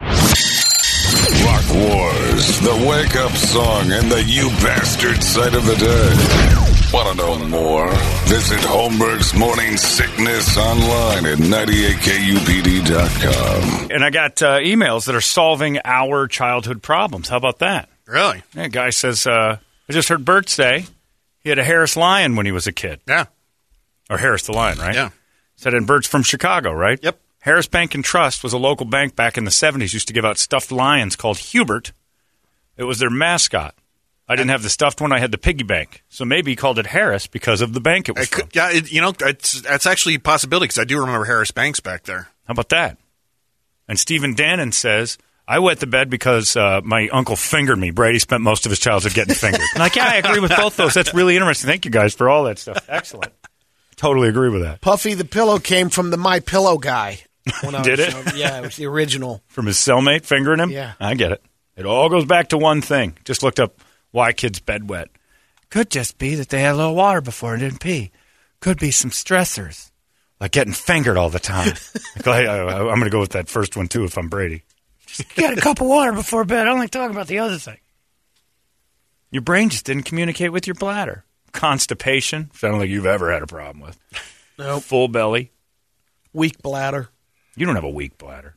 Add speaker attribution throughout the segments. Speaker 1: Clock Wars, the wake up song, and the you bastard sight of the day. Want to know more? Visit Holmberg's Morning Sickness online at 98kupd.com.
Speaker 2: And I got uh, emails that are solving our childhood problems. How about that?
Speaker 3: Really?
Speaker 2: Yeah, a guy says, uh, I just heard Bert say he had a Harris Lion when he was a kid.
Speaker 3: Yeah.
Speaker 2: Or Harris the Lion, right?
Speaker 3: Yeah.
Speaker 2: Said, and Bert's from Chicago, right?
Speaker 3: Yep.
Speaker 2: Harris Bank and Trust was a local bank back in the 70s, used to give out stuffed lions called Hubert. It was their mascot. I didn't have the stuffed one, I had the piggy bank. So maybe he called it Harris because of the bank it was
Speaker 3: I could,
Speaker 2: from.
Speaker 3: yeah, it, you know, it's, that's actually a possibility because I do remember Harris Banks back there.
Speaker 2: How about that? And Stephen Dannon says, I wet the bed because uh, my uncle fingered me. Brady spent most of his childhood getting fingered. I'm like, yeah, I agree with both those. That's really interesting. Thank you guys for all that stuff. Excellent. totally agree with that.
Speaker 4: Puffy the pillow came from the My Pillow guy. When I
Speaker 2: Did
Speaker 4: was
Speaker 2: it?
Speaker 4: young. Yeah, it was the original.
Speaker 2: From his cellmate fingering him?
Speaker 4: Yeah.
Speaker 2: I get it. It all goes back to one thing. Just looked up why kids bed wet. Could just be that they had a little water before and didn't pee. Could be some stressors, like getting fingered all the time. Like, I, I, I'm going to go with that first one, too, if I'm Brady. Just get a cup of water before bed. Only talk about the other thing. Your brain just didn't communicate with your bladder. Constipation, which I don't think you've ever had a problem with.
Speaker 4: Nope.
Speaker 2: Full belly.
Speaker 4: Weak bladder.
Speaker 2: You don't have a weak bladder.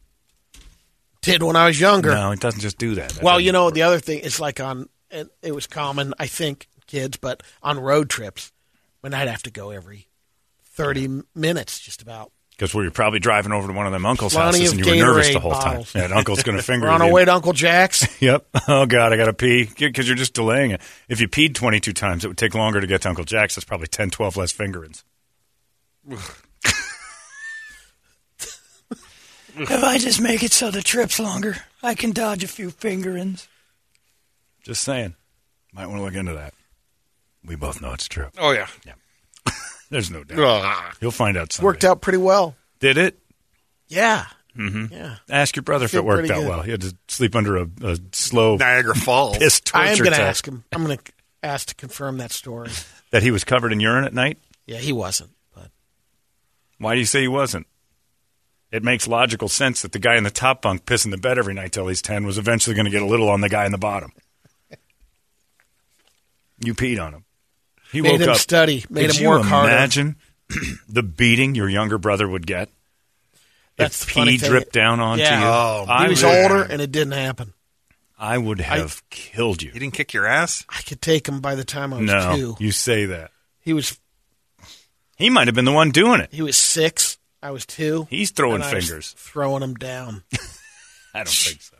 Speaker 4: Did when I was younger.
Speaker 2: No, it doesn't just do that. That
Speaker 4: Well,
Speaker 2: doesn't
Speaker 4: you know,
Speaker 2: work.
Speaker 4: the other thing is like on, it, it was common, I think, kids, but on road trips, when I'd have to go every 30 m- minutes, just about.
Speaker 2: Because we were probably driving over to one of them uncle's
Speaker 4: Plenty
Speaker 2: houses
Speaker 4: of
Speaker 2: and you were nervous
Speaker 4: Gatorade
Speaker 2: the whole
Speaker 4: bottles.
Speaker 2: time. Yeah, and uncle's going to finger
Speaker 4: We're on
Speaker 2: you.
Speaker 4: our way to Uncle Jack's.
Speaker 2: Yep. Oh, God, I got to pee. Because you're just delaying it. If you peed 22 times, it would take longer to get to Uncle Jack's. That's probably 10, 12 less fingerings.
Speaker 5: If I just make it so the trip's longer, I can dodge a few fingerings.
Speaker 2: Just saying. Might want to look into that. We both know it's true.
Speaker 3: Oh, yeah.
Speaker 2: There's no doubt.
Speaker 3: Ugh.
Speaker 2: You'll find out someday.
Speaker 4: Worked out pretty well.
Speaker 2: Did it?
Speaker 4: Yeah.
Speaker 2: Mm-hmm.
Speaker 4: Yeah.
Speaker 2: Ask your brother if
Speaker 4: Feel
Speaker 2: it worked
Speaker 4: pretty
Speaker 2: out
Speaker 4: good.
Speaker 2: well. He had to sleep under a, a slow
Speaker 3: Niagara Falls.
Speaker 2: piss torture
Speaker 4: I am going to
Speaker 2: test.
Speaker 4: ask him. I'm going to ask to confirm that story.
Speaker 2: That he was covered in urine at night?
Speaker 4: Yeah, he wasn't. But
Speaker 2: Why do you say he wasn't? It makes logical sense that the guy in the top bunk pissing the bed every night till he's 10 was eventually going to get a little on the guy in the bottom. You peed on him. He
Speaker 4: Made
Speaker 2: woke
Speaker 4: him
Speaker 2: up.
Speaker 4: study, made
Speaker 2: Could
Speaker 4: him
Speaker 2: you
Speaker 4: work harder.
Speaker 2: imagine the beating your younger brother would get?
Speaker 4: That's
Speaker 2: if
Speaker 4: the funny
Speaker 2: pee
Speaker 4: thing.
Speaker 2: dripped down onto
Speaker 4: Yeah.
Speaker 2: you.
Speaker 3: Oh,
Speaker 2: I
Speaker 4: he was
Speaker 2: would,
Speaker 4: older, and it didn't happen.
Speaker 2: I would have killed you.
Speaker 3: You didn't kick your ass?
Speaker 4: I could take him by the time I was
Speaker 2: No,
Speaker 4: two.
Speaker 2: you say that.
Speaker 4: He was
Speaker 2: He might have been the one doing it.
Speaker 4: he was six. I was two.
Speaker 2: He's throwing
Speaker 4: and I was
Speaker 2: fingers.
Speaker 4: throwing him down.
Speaker 2: I don't think so.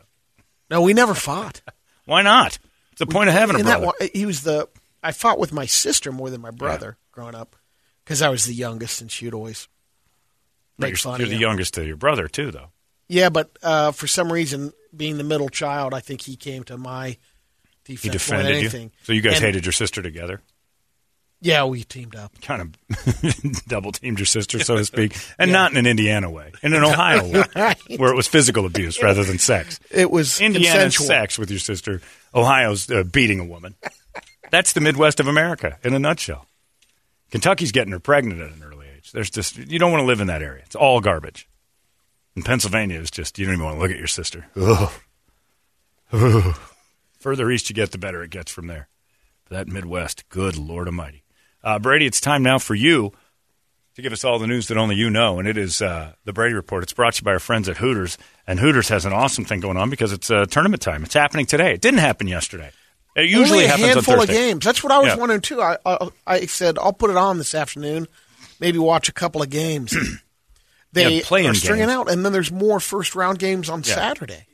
Speaker 4: No, we never fought.
Speaker 2: Why not? It's the point of having a
Speaker 4: And that
Speaker 2: brother.
Speaker 4: wa- he was the. I fought with my sister more than my brother growing up because I was the youngest, and she'd always
Speaker 2: But
Speaker 4: make
Speaker 2: you're-
Speaker 4: fun
Speaker 2: you're
Speaker 4: of
Speaker 2: the
Speaker 4: him.
Speaker 2: youngest to your brother, too, though.
Speaker 4: Yeah, but uh, for some reason, being the middle child, I think he came to my defense
Speaker 2: He
Speaker 4: more
Speaker 2: defended
Speaker 4: than
Speaker 2: you.
Speaker 4: anything.
Speaker 2: So you guys
Speaker 4: And-
Speaker 2: hated your sister together.
Speaker 4: Yeah, we teamed up.
Speaker 2: Kind of double teamed your sister, so to speak, and not in an Indiana way, in an Ohio way,
Speaker 4: Right.
Speaker 2: where it was physical abuse rather than sex.
Speaker 4: It was
Speaker 2: Indiana
Speaker 4: consensual.
Speaker 2: sex with your sister. Ohio's uh, beating a woman. That's the Midwest of America in a nutshell. Kentucky's getting her pregnant at an early age. There's just you don't want to live in that area. It's all garbage. And Pennsylvania is just you don't even want to look at your sister. Ugh. Ugh. Further east you get, the better it gets from there. But that Midwest, good Lord Almighty, uh, Brady. It's time now for you to give us all the news that only you know. And it is uh, the Brady Report. It's brought to you by our friends at Hooters. And Hooters has an awesome thing going on because it's uh, tournament time. It's happening today. It didn't happen yesterday. It usually
Speaker 4: Only a
Speaker 2: happens
Speaker 4: handful
Speaker 2: on
Speaker 4: of
Speaker 2: Thursday.
Speaker 4: games. That's what I was
Speaker 2: Yeah.
Speaker 4: wondering too. I, I I said I'll put it on this afternoon, maybe watch a couple of games. they
Speaker 2: Yeah, play-in
Speaker 4: are stringing
Speaker 2: games.
Speaker 4: out, and then there's more first round games on
Speaker 2: Yeah.
Speaker 4: Saturday.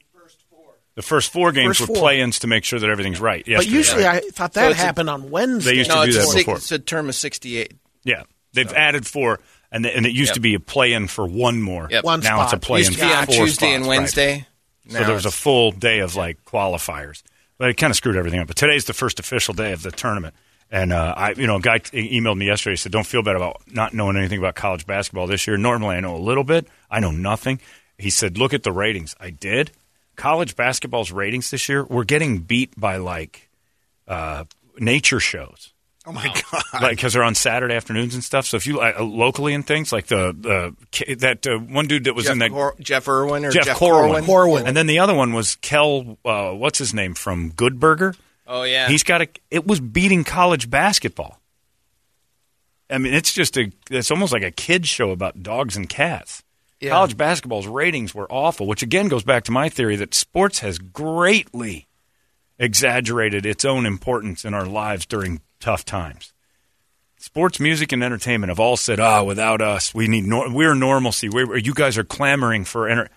Speaker 2: The first four games
Speaker 4: First
Speaker 2: were
Speaker 4: four.
Speaker 2: play-ins to make sure that everything's right.
Speaker 4: But
Speaker 2: yesterday,
Speaker 4: usually,
Speaker 2: right?
Speaker 4: I thought that
Speaker 6: it's a-
Speaker 4: happened on Wednesday.
Speaker 2: They used to
Speaker 6: no,
Speaker 2: do
Speaker 6: it's,
Speaker 2: that
Speaker 6: a six-
Speaker 2: before.
Speaker 6: it's a term of 68.
Speaker 2: yeah, they've added four, and, th- and it used
Speaker 6: Yep.
Speaker 2: to be a play-in for one more.
Speaker 6: Yep.
Speaker 4: One
Speaker 2: now it's a
Speaker 4: spot.
Speaker 2: play-in
Speaker 6: Used
Speaker 4: Used
Speaker 6: to be
Speaker 2: for
Speaker 6: on
Speaker 2: four
Speaker 6: Tuesday
Speaker 2: spots,
Speaker 6: and
Speaker 2: right.
Speaker 6: Wednesday.
Speaker 2: so there was a full day of like qualifiers. But it kind of screwed everything up. But today's the first official day of the tournament. And uh, I, you know, a guy e- emailed me yesterday. He said, "Don't feel bad about not knowing anything about college basketball this year. Normally, I know a little bit. I know nothing." He said, "Look at the ratings." I did. College basketball's ratings this year were getting beat by like uh, nature shows
Speaker 3: Oh my god!
Speaker 2: like because they're on Saturday afternoons and stuff. So if you uh, locally and things like the the ki- that uh, one dude that was
Speaker 7: Jeff,
Speaker 2: in that
Speaker 7: Cor- Jeff Irwin or
Speaker 2: Jeff,
Speaker 7: Jeff,
Speaker 2: Corwin.
Speaker 4: Corwin.
Speaker 2: and then the other one was Kel. Uh, what's his name from Good Burger?
Speaker 7: Oh yeah,
Speaker 2: He's got a. It was beating college basketball. I mean, it's just a. It's almost like a kids show about dogs and cats. College basketball's ratings were awful, which again goes back to my theory that sports has greatly exaggerated its own importance in our lives during tough times. Sports, music, and entertainment have all said, "Ah, without us, we need nor- we're normalcy. We're, you guys are clamoring for enter-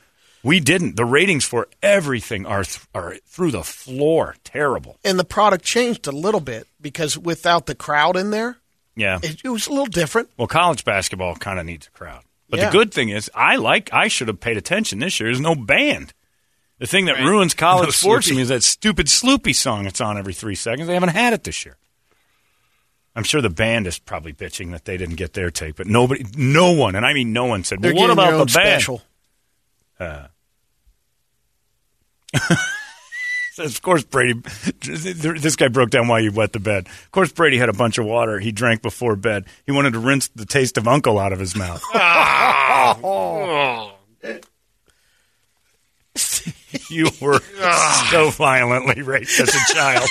Speaker 2: We didn't. The ratings for everything are th- are through the floor. Terrible.
Speaker 4: And the product changed a little bit because without the crowd in there,
Speaker 2: Yeah.
Speaker 4: it, it was a little different.
Speaker 2: Well, college basketball kind of needs a crowd. But
Speaker 4: Yeah.
Speaker 2: the good thing is, I like. I should have paid attention this year. There's no band. The thing that ruins college
Speaker 3: No
Speaker 2: sports to
Speaker 3: Sloopy.
Speaker 2: me is that stupid Sloopy song that's on every three seconds. They haven't had it this year. I'm sure the band is probably bitching that they didn't get their take, but nobody, no one, and I mean no one said,
Speaker 4: They're
Speaker 2: well, "What
Speaker 4: getting
Speaker 2: about
Speaker 4: their
Speaker 2: the
Speaker 4: own
Speaker 2: band?"
Speaker 4: special.
Speaker 2: Of course, Brady. This guy broke down why you wet the bed. Of course, Brady had a bunch of water he drank before bed. He wanted to rinse the taste of Uncle out of his mouth. you were so violently raped as a child.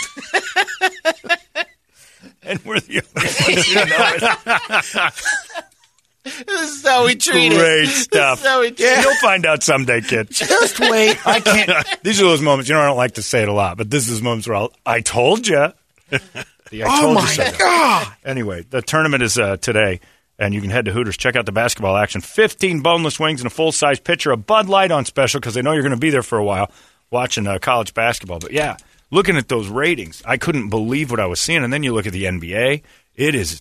Speaker 2: and we're the only ones who know it.
Speaker 7: this is how we treat
Speaker 2: Great
Speaker 7: it.
Speaker 2: stuff.
Speaker 7: This is how we treat it.
Speaker 2: You'll find out someday, kid.
Speaker 4: Just wait.
Speaker 2: I can't. These are those moments. You know, I don't like to say it a lot, but this is moments where I'll, I told you. The I
Speaker 4: Oh
Speaker 2: told you
Speaker 4: my
Speaker 2: so.
Speaker 4: god!
Speaker 2: Anyway, the tournament is uh, today, and you can head to Hooters. Check out the basketball action. 15 boneless wings and a full size pitcher of Bud Light on special because they know you're going to be there for a while watching uh, college basketball. But yeah, looking at those ratings, I couldn't believe what I was seeing. And then you look at the NBA, it is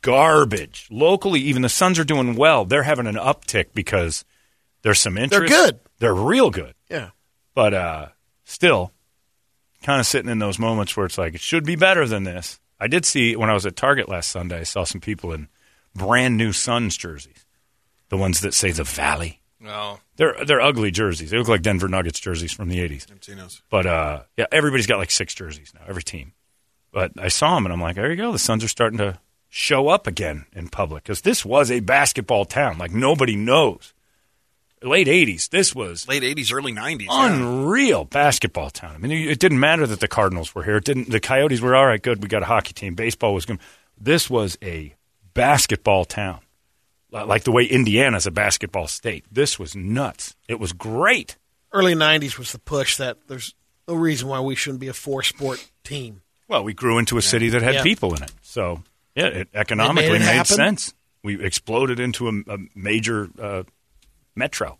Speaker 2: garbage. Locally, even the Suns are doing well. They're having an uptick because there's some interest.
Speaker 4: good.
Speaker 2: They're real good
Speaker 4: Yeah,
Speaker 2: but uh, still, kind of sitting in those moments where it's like it should be better than this. I did see when I was at Target last Sunday, I saw some people in brand new Suns jerseys, the ones that say the Valley.
Speaker 7: No,
Speaker 2: They're they're ugly jerseys. They look like Denver Nuggets jerseys from the '80s. But uh, yeah, everybody's got like six jerseys now, every team. But I saw them and I'm like, there you go. The Suns are starting to show up again in public because this was a basketball town. Like nobody knows. Late '80s, this was
Speaker 3: Late eighties, early nineties.
Speaker 2: unreal basketball town. I mean, it didn't matter that the Cardinals were here. It didn't. The Coyotes were all right. Good, we got a hockey team. Baseball was good. This was a basketball town, Li- like the way Indiana's a basketball state. This was nuts. It was great.
Speaker 4: early '90s was the push that there's no reason why we shouldn't be a four-sport team.
Speaker 2: Well, we grew into a city that had
Speaker 4: Yeah.
Speaker 2: people in it, so yeah, it economically
Speaker 4: It made it
Speaker 2: made
Speaker 4: happen.
Speaker 2: sense. We exploded into a, a major uh, metro,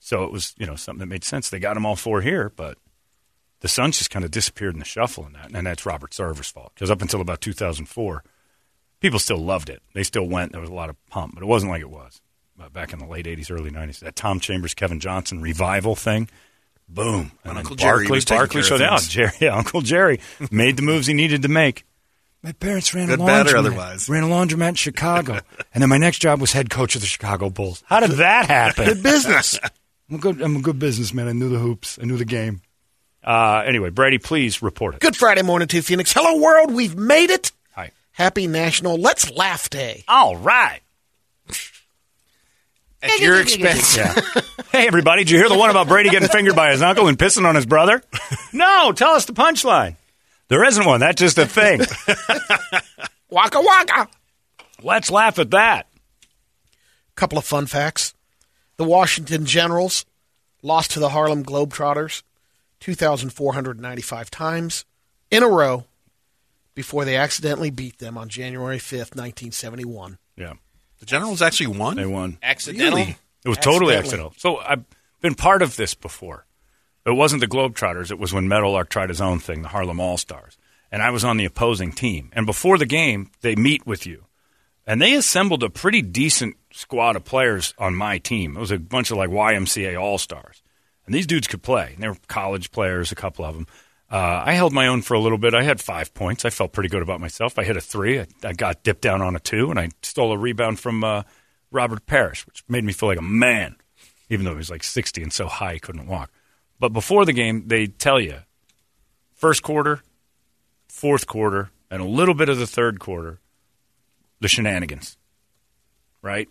Speaker 2: so it was you know something that made sense. They got them all four here, but the Suns just kind of disappeared in the shuffle in that, and that's Robert Sarver's fault because up until about 2004, people still loved it. They still went. There was a lot of pump, but it wasn't like it was uh, back in the late 80s, early 90s. That Tom Chambers, Kevin Johnson revival thing. Boom. And
Speaker 3: Uncle
Speaker 2: then
Speaker 3: Jerry
Speaker 2: Barkley,
Speaker 3: was taking
Speaker 2: Barkley
Speaker 3: care of
Speaker 2: showed out.
Speaker 3: things.
Speaker 2: Jerry, yeah, Uncle Jerry made the moves he needed to make. My parents ran
Speaker 3: Good,
Speaker 2: a laundromat.
Speaker 3: bad, or otherwise.
Speaker 2: Ran a laundromat in Chicago. and then my next job was head coach of the Chicago Bulls. How did that happen? Good business. I'm a good, I'm a good businessman. I knew the hoops. I knew the game. Uh, anyway, Brady, please report it.
Speaker 4: Good Friday morning to Phoenix. Hello, world. We've made it.
Speaker 2: Hi.
Speaker 4: Happy National Let's Laugh Day.
Speaker 2: All right.
Speaker 7: at your expense.
Speaker 2: Yeah. hey, everybody, did you hear the one about Brady getting fingered by his uncle and pissing on his brother? No, tell us the punchline. There isn't one. That's just a thing.
Speaker 4: Waka waka.
Speaker 2: Let's laugh at that.
Speaker 4: Couple of fun facts. The Washington Generals lost to the Harlem Globetrotters 2,495 times in a row before they accidentally beat them on January 5th, 1971.
Speaker 2: Yeah,
Speaker 3: The generals actually won.
Speaker 2: they won.
Speaker 7: Accidental.
Speaker 3: Really?
Speaker 2: It was totally
Speaker 4: Accidentally.
Speaker 2: accidental. So I've been part of this before. It wasn't the Globetrotters. It was when Meadowlark tried his own thing, the Harlem All Stars. And I was on the opposing team. And before the game, they meet with you. And they assembled a pretty decent squad of players on my team. It was a bunch of like YMCA All Stars. And these dudes could play. And they were college players, a couple of them. Uh, I held my own for a little bit. I had five points. I felt pretty good about myself. I hit a three. I, I got dipped down on a two, and I stole a rebound from uh, Robert Parrish, which made me feel like a man, even though he was like 60 and so high he couldn't walk. But before the game, they tell you first quarter, fourth quarter, and a little bit of the third quarter, the shenanigans, right?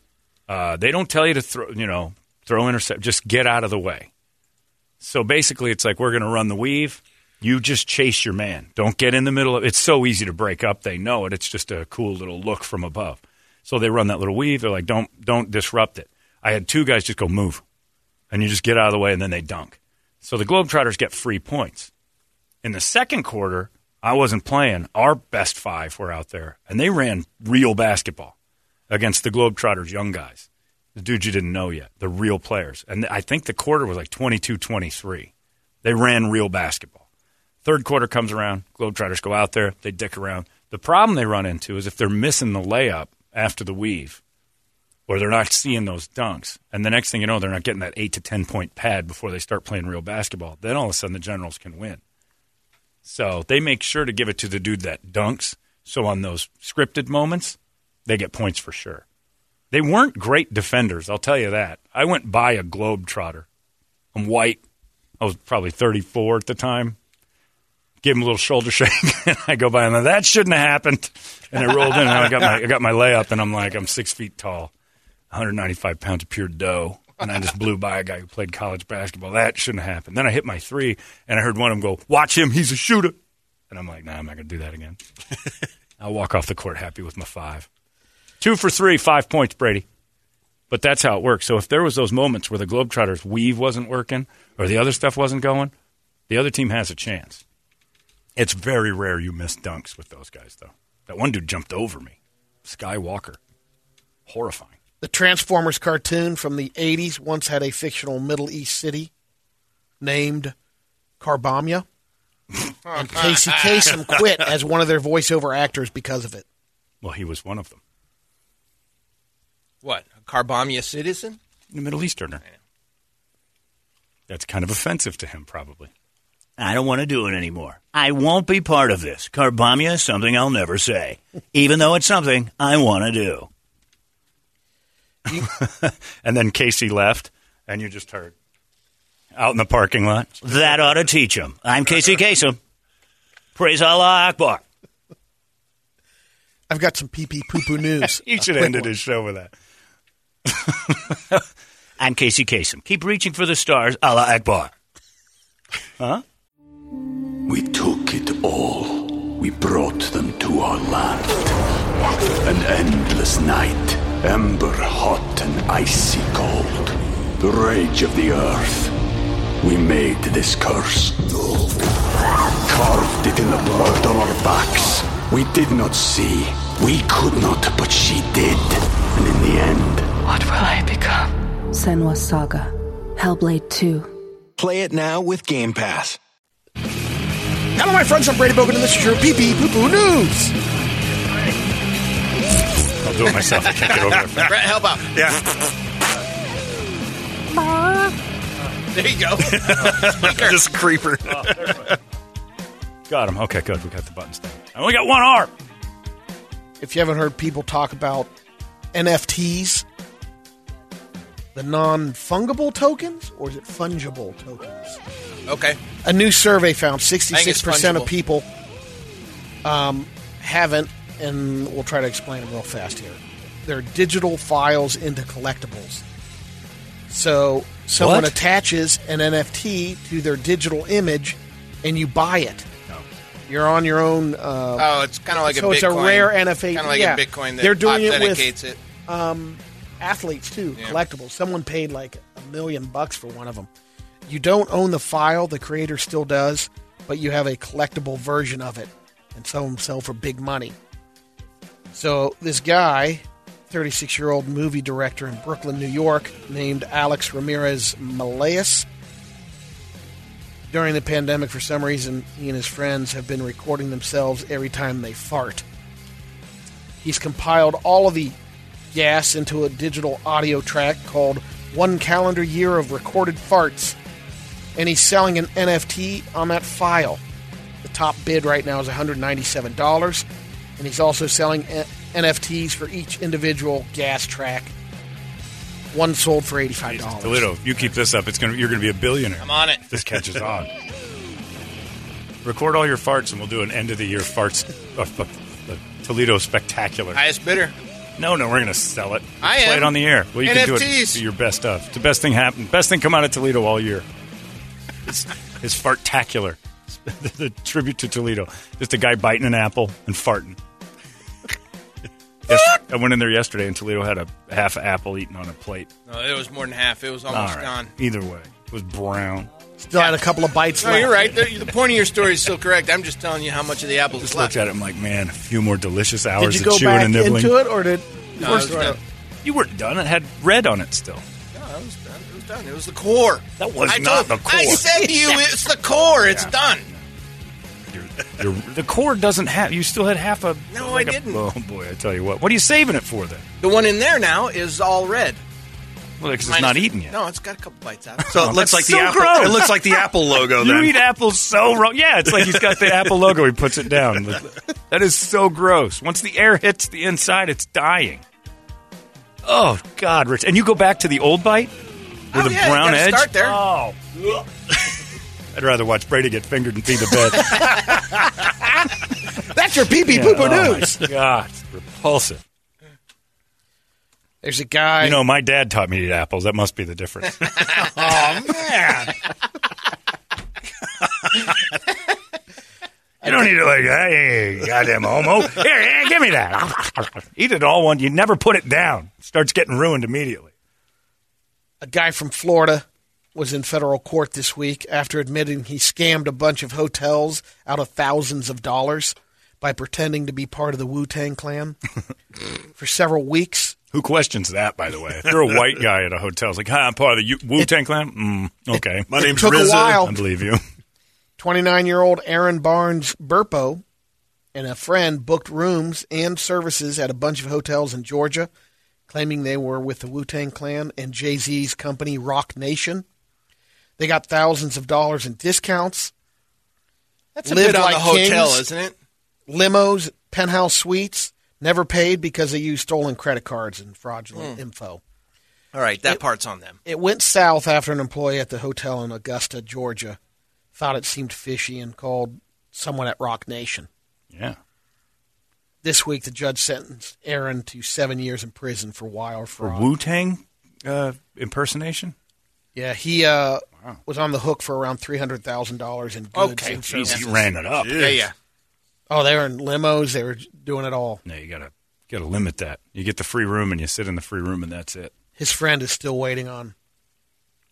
Speaker 2: Uh, they don't tell you to throw, you know, throw intercept. Just get out of the way. So basically, it's like we're going to run the weave. You just chase your man. Don't get in the middle of. It's so easy to break up. They know it. It's just a cool little look from above. So they run that little weave. They're like, don't don't disrupt it. I had two guys just go move, and you just get out of the way, and then they dunk. So the Globetrotters get free points. In the second quarter, I wasn't playing. Our best five were out there, and they ran real basketball against the Globetrotters young guys, the dudes you didn't know yet, the real players. And I think the quarter was like 22 23. They ran real basketball. Third quarter comes around, Globetrotters go out there, they dick around. The problem they run into is if they're missing the layup after the weave, or they're not seeing those dunks, and the next thing you know, they're not getting that 8 to 10 point pad before they start playing real basketball, then all of a sudden the Generals can win. So they make sure to give it to the dude that dunks. So on those scripted moments, they get points for sure. They weren't great defenders, I'll tell you that. I went by a globetrotter. I'm white. I was probably 34 at the time. Give him a little shoulder shake, and I go by him. and That shouldn't have happened. And I rolled in, and I got my I got my layup, and I'm like, I'm six feet tall, 195 pounds of pure dough, and I just blew by a guy who played college basketball. That shouldn't have happened. Then I hit my three, and I heard one of them go, "Watch him, he's a shooter." And I'm like, Nah, I'm not going to do that again. I'll walk off the court happy with my five. Two for three, five points, Brady. But that's how it works. So if there was those moments where the Globetrotters weave wasn't working or the other stuff wasn't going, the other team has a chance. It's very rare you miss dunks with those guys, though. That one dude jumped over me, Skywalker. Horrifying.
Speaker 4: The Transformers cartoon from the 80s once had a fictional Middle East city named Karbamia. and Casey Kasem quit as one of their voiceover actors because of it.
Speaker 2: Well, he was one of them,
Speaker 7: What? A Carbamia citizen?
Speaker 2: a Middle Easterner. That's kind of offensive to him, probably. I don't want to do it anymore.
Speaker 5: I won't be part of this. Carbamia is something I'll never say, even though it's something I want to do.
Speaker 2: And then Casey left, and you just heard out in the parking lot.
Speaker 5: That ought to teach him. I'm Casey Kasem. Praise Allah Akbar.
Speaker 4: I've got some pee pee poo poo news.
Speaker 2: He should have ended his show with that.
Speaker 5: I'm Casey Kasem. Keep reaching for the stars, Allah Akbar.
Speaker 8: We took it all. We brought them to our land. An endless night, ember hot and icy cold. The rage of the earth. We made this curse. Carved it in the blood on our backs. We did not see. We could not, but she did. And in the end,
Speaker 9: What will I become? Senwa Saga. Hellblade 2.
Speaker 10: Play it now with Game Pass.
Speaker 4: Hello, my friends. I'm Brady Bogan, and this is your pee pee poo poo news.
Speaker 2: I'll do it myself. I can't get over it.
Speaker 7: Brett, help out.
Speaker 3: Yeah,
Speaker 7: There you go.
Speaker 3: just creeper.
Speaker 2: Oh, Got him. Okay, good. We got the buttons down. I only got one arm.
Speaker 4: If you haven't heard people talk about NFTs, the non fungible tokens, or is it fungible tokens?
Speaker 7: okay.
Speaker 4: A new survey found
Speaker 7: think it's
Speaker 4: 66% of
Speaker 7: fungible.
Speaker 4: people um, haven't, and we'll try to explain it real fast here. They're digital files into collectibles. So someone
Speaker 2: What?
Speaker 4: attaches an NFT to their digital image and you buy it. You're on your own. Uh,
Speaker 7: Oh, it's kind of like
Speaker 4: So
Speaker 7: a Bitcoin.
Speaker 4: it's a rare NFT
Speaker 7: Kind of like
Speaker 4: yeah.
Speaker 7: a Bitcoin that
Speaker 4: They're doing it with-
Speaker 7: authenticates it.
Speaker 4: athletes too, collectibles. Someone paid like a million bucks for one of them. You don't own the file; the creator still does, but you have a collectible version of it, and some of them sell for big money. So this guy, 36-year-old movie director in Brooklyn, New York, named Alex Ramirez Malayas. During the pandemic, for some reason, he and his friends have been recording themselves every time they fart. He's compiled all of the gas into a digital audio track called One Calendar Year of Recorded Farts. and he's selling an NFT on that file. The top bid right now is $197, and he's also selling N- NFTs for each individual gas track. One sold for $85.
Speaker 2: Toledo, if you keep this up, it's gonna you're gonna be a billionaire.
Speaker 7: I'm on it.
Speaker 2: This catches on. Record all your farts, and we'll do an end of the year farts. Uh, f- uh, Toledo spectacular.
Speaker 7: Highest bidder.
Speaker 2: no, no, we're gonna sell it.
Speaker 7: I
Speaker 2: Play
Speaker 7: am.
Speaker 2: it on the air. Well, you can do it.
Speaker 7: NFTs.
Speaker 2: Do your best stuff. It's the best thing happened. Best thing come out of Toledo all year. It's, it's fartacular. It's the tribute to Toledo. Just a guy biting an apple and farting. yes, I went in there yesterday, and Toledo had a half apple eaten on a plate.
Speaker 7: No, it was more than half. It was almost Oh, gone.
Speaker 2: Either way, it was brown.
Speaker 4: Still had a couple of bites
Speaker 7: No,
Speaker 4: left.
Speaker 7: you're right. The, the point of your story is still correct. I'm just telling you how much of the apple is
Speaker 2: Just
Speaker 7: left.
Speaker 2: looked at it. I'm like, man, a few more delicious
Speaker 4: Did
Speaker 2: hours
Speaker 4: you
Speaker 2: of
Speaker 4: go
Speaker 2: chewing
Speaker 4: back
Speaker 2: and nibbling.
Speaker 4: into it, or did.
Speaker 7: No, it was done.
Speaker 2: You weren't done. It had red on it still.
Speaker 7: No, it was done. It was done. It was the core.
Speaker 2: That was
Speaker 7: I
Speaker 2: not
Speaker 7: told-
Speaker 2: the core.
Speaker 7: I said to you, it's the core. It's done.
Speaker 2: Your- the core doesn't have. You still had half a.
Speaker 7: No,
Speaker 2: like
Speaker 7: I
Speaker 2: a-
Speaker 7: didn't.
Speaker 2: oh boy, I tell you what. What are you saving it for then?
Speaker 7: The one in there now is all red.
Speaker 2: Well, because it's not
Speaker 7: Minus-
Speaker 2: eaten yet.
Speaker 7: No, it's got a couple bites out.
Speaker 3: So it looks
Speaker 2: that's
Speaker 3: like
Speaker 2: so
Speaker 3: the apple.
Speaker 2: gross.
Speaker 3: It looks like the Apple logo.
Speaker 2: you
Speaker 3: then
Speaker 2: eat apples so wrong. Yeah, it's like he's got the Apple logo. He puts it down. That is so gross. Once the air hits the inside, it's dying. Oh God, Rich, and you go back to the old bite with
Speaker 7: Oh,
Speaker 2: a
Speaker 7: yeah, you
Speaker 2: brown
Speaker 7: gotta
Speaker 2: edge.
Speaker 7: start there.
Speaker 2: Oh. I'd rather watch Brady get fingered and pee the bed.
Speaker 4: That's your pee pee
Speaker 2: Yeah,
Speaker 4: poo poo
Speaker 2: oh my
Speaker 4: news.
Speaker 2: God, it's repulsive.
Speaker 4: There's a guy.
Speaker 2: You know, my dad taught me to eat apples. That must be the difference. oh man! you don't need to like, hey, goddamn homo! Here, here, give me that. eat it all one. You never put it down. It starts getting ruined immediately.
Speaker 4: a guy from Florida was in federal court this week after admitting he scammed a bunch of hotels out of thousands of dollars by pretending to be part of the Wu Tang Clan for several weeks.
Speaker 2: Who questions that, by the way? If you're a white guy at a hotel, it's like, hi, I'm part of the Wu Tang Clan. Mm, okay.
Speaker 3: My name's
Speaker 4: took a
Speaker 3: Rizzo.
Speaker 4: while.
Speaker 2: I believe you.
Speaker 4: 29 year old Aaron Barnes Burpo and a friend booked rooms and services at a bunch of hotels in Georgia, claiming they were with the Wu Tang Clan and Jay Z's company, Rock Nation. They got thousands of dollars in discounts.
Speaker 7: That's a
Speaker 4: Live
Speaker 7: bit on
Speaker 4: like
Speaker 7: the hotel,
Speaker 4: kings.
Speaker 7: isn't it?
Speaker 4: limos, penthouse suites, never paid because they used stolen credit cards and fraudulent info.
Speaker 7: All right, that part's on them.
Speaker 4: It went south after an employee at the hotel in Augusta, Georgia, thought it seemed fishy and called someone at Rock Nation.
Speaker 2: Yeah.
Speaker 4: This week, the judge sentenced Aaron to seven years in prison for wire
Speaker 2: For
Speaker 4: fraud.
Speaker 2: Wu Tang uh, impersonation?
Speaker 4: yeah, he uh, was on the hook for around three hundred thousand dollars in goods.
Speaker 7: Okay,
Speaker 4: and
Speaker 2: Jeez,
Speaker 4: services.
Speaker 2: he ran it up.
Speaker 7: Yeah, yeah.
Speaker 4: Oh, they were in limos. They were doing it all.
Speaker 2: No, you gotta gotta limit that. You get the free room and you sit in the free room and that's it.
Speaker 4: His friend is still waiting on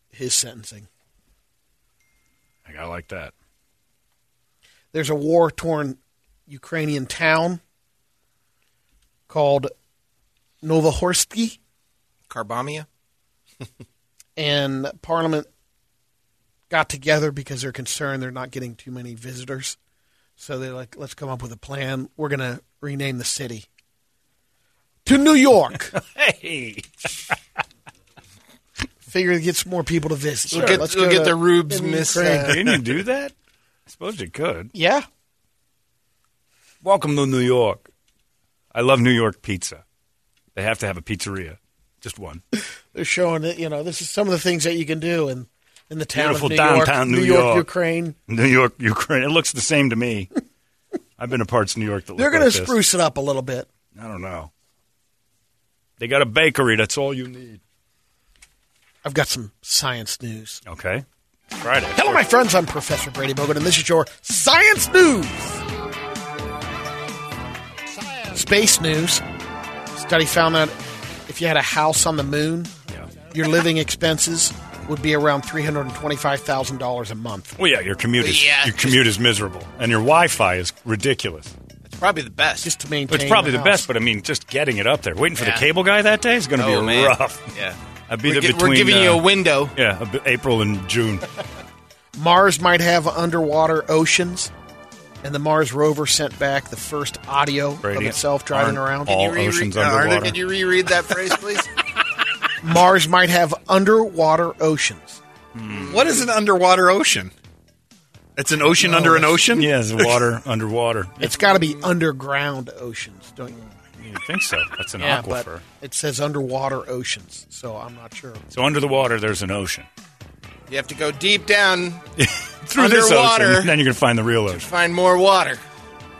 Speaker 4: his sentencing.
Speaker 2: Like, I like that.
Speaker 4: there's a war torn Ukrainian town called Novohorsky,
Speaker 7: Carbamia.
Speaker 4: and Parliament got together because they're concerned they're not getting too many visitors. So they're like, let's come up with a plan. We're going to rename the city to New York.
Speaker 2: Hey,
Speaker 4: Figure it gets more people to visit.
Speaker 7: We'll get,
Speaker 4: Let's
Speaker 7: we'll
Speaker 4: go
Speaker 7: get
Speaker 4: to-
Speaker 7: the rubes
Speaker 4: in
Speaker 7: missed.
Speaker 4: Ukraine.
Speaker 7: uh,
Speaker 2: can you do that? I suppose you could.
Speaker 4: Yeah.
Speaker 2: Welcome to New York. I love New York pizza. They have to have a pizzeria, just one.
Speaker 4: They're showing it, you know, this is some of the things that you can do in, in the town
Speaker 2: Beautiful
Speaker 4: of New
Speaker 2: downtown New
Speaker 4: York, New York,
Speaker 2: York.
Speaker 4: Ukraine.
Speaker 2: New York, Ukraine. It looks the same to me. I've been to parts of New York that look
Speaker 4: They're going
Speaker 2: like
Speaker 4: to
Speaker 2: this.
Speaker 4: spruce it up a little bit.
Speaker 2: I don't know. They got a bakery. That's all you need.
Speaker 4: I've got some science news.
Speaker 2: Okay. Friday.
Speaker 4: Hello, my friends. I'm Professor Brady Bogan, and this is your science news. Space news. Study found that if you had a house on the moon,
Speaker 2: Yeah.
Speaker 4: your living expenses would be around three hundred and twenty-five thousand dollars a month.
Speaker 2: Well, Oh, yeah, your commute is
Speaker 7: Yeah.
Speaker 2: your commute is miserable, and your Wi-Fi is ridiculous.
Speaker 7: It's probably the best.
Speaker 4: Just to maintain.
Speaker 2: It's probably
Speaker 4: the
Speaker 2: the
Speaker 4: house.
Speaker 2: best, but I mean, just getting it up there, waiting for
Speaker 7: Yeah.
Speaker 2: the cable guy that day is going to
Speaker 7: oh,
Speaker 2: be
Speaker 7: man.
Speaker 2: rough.
Speaker 7: Yeah.
Speaker 2: I'd be
Speaker 7: We're,
Speaker 2: there
Speaker 7: gi-
Speaker 2: between.
Speaker 7: we're giving
Speaker 2: uh,
Speaker 7: you a window.
Speaker 2: Yeah, ab- April and June.
Speaker 4: Mars might have underwater oceans, and the Mars rover sent back the first audio of
Speaker 2: Brady,
Speaker 4: itself driving
Speaker 2: aren't
Speaker 4: around.
Speaker 2: All
Speaker 7: Can you reread-
Speaker 2: oceans
Speaker 7: uh, Arden,
Speaker 2: underwater.
Speaker 7: Can you reread that phrase, please?
Speaker 4: Mars might have underwater oceans.
Speaker 3: What is an underwater ocean? It's an ocean under an ocean?
Speaker 2: Oh, Yeah, it's water underwater.
Speaker 4: It's got to be underground oceans, don't you?
Speaker 2: You think so? That's an
Speaker 4: yeah,
Speaker 2: aquifer.
Speaker 4: but it says underwater oceans, so I'm not sure.
Speaker 2: So under the water, there's an ocean.
Speaker 7: You have to go deep down,
Speaker 2: Through this
Speaker 7: Underwater.
Speaker 2: ocean, then you're going to find the real ocean.
Speaker 7: find more water.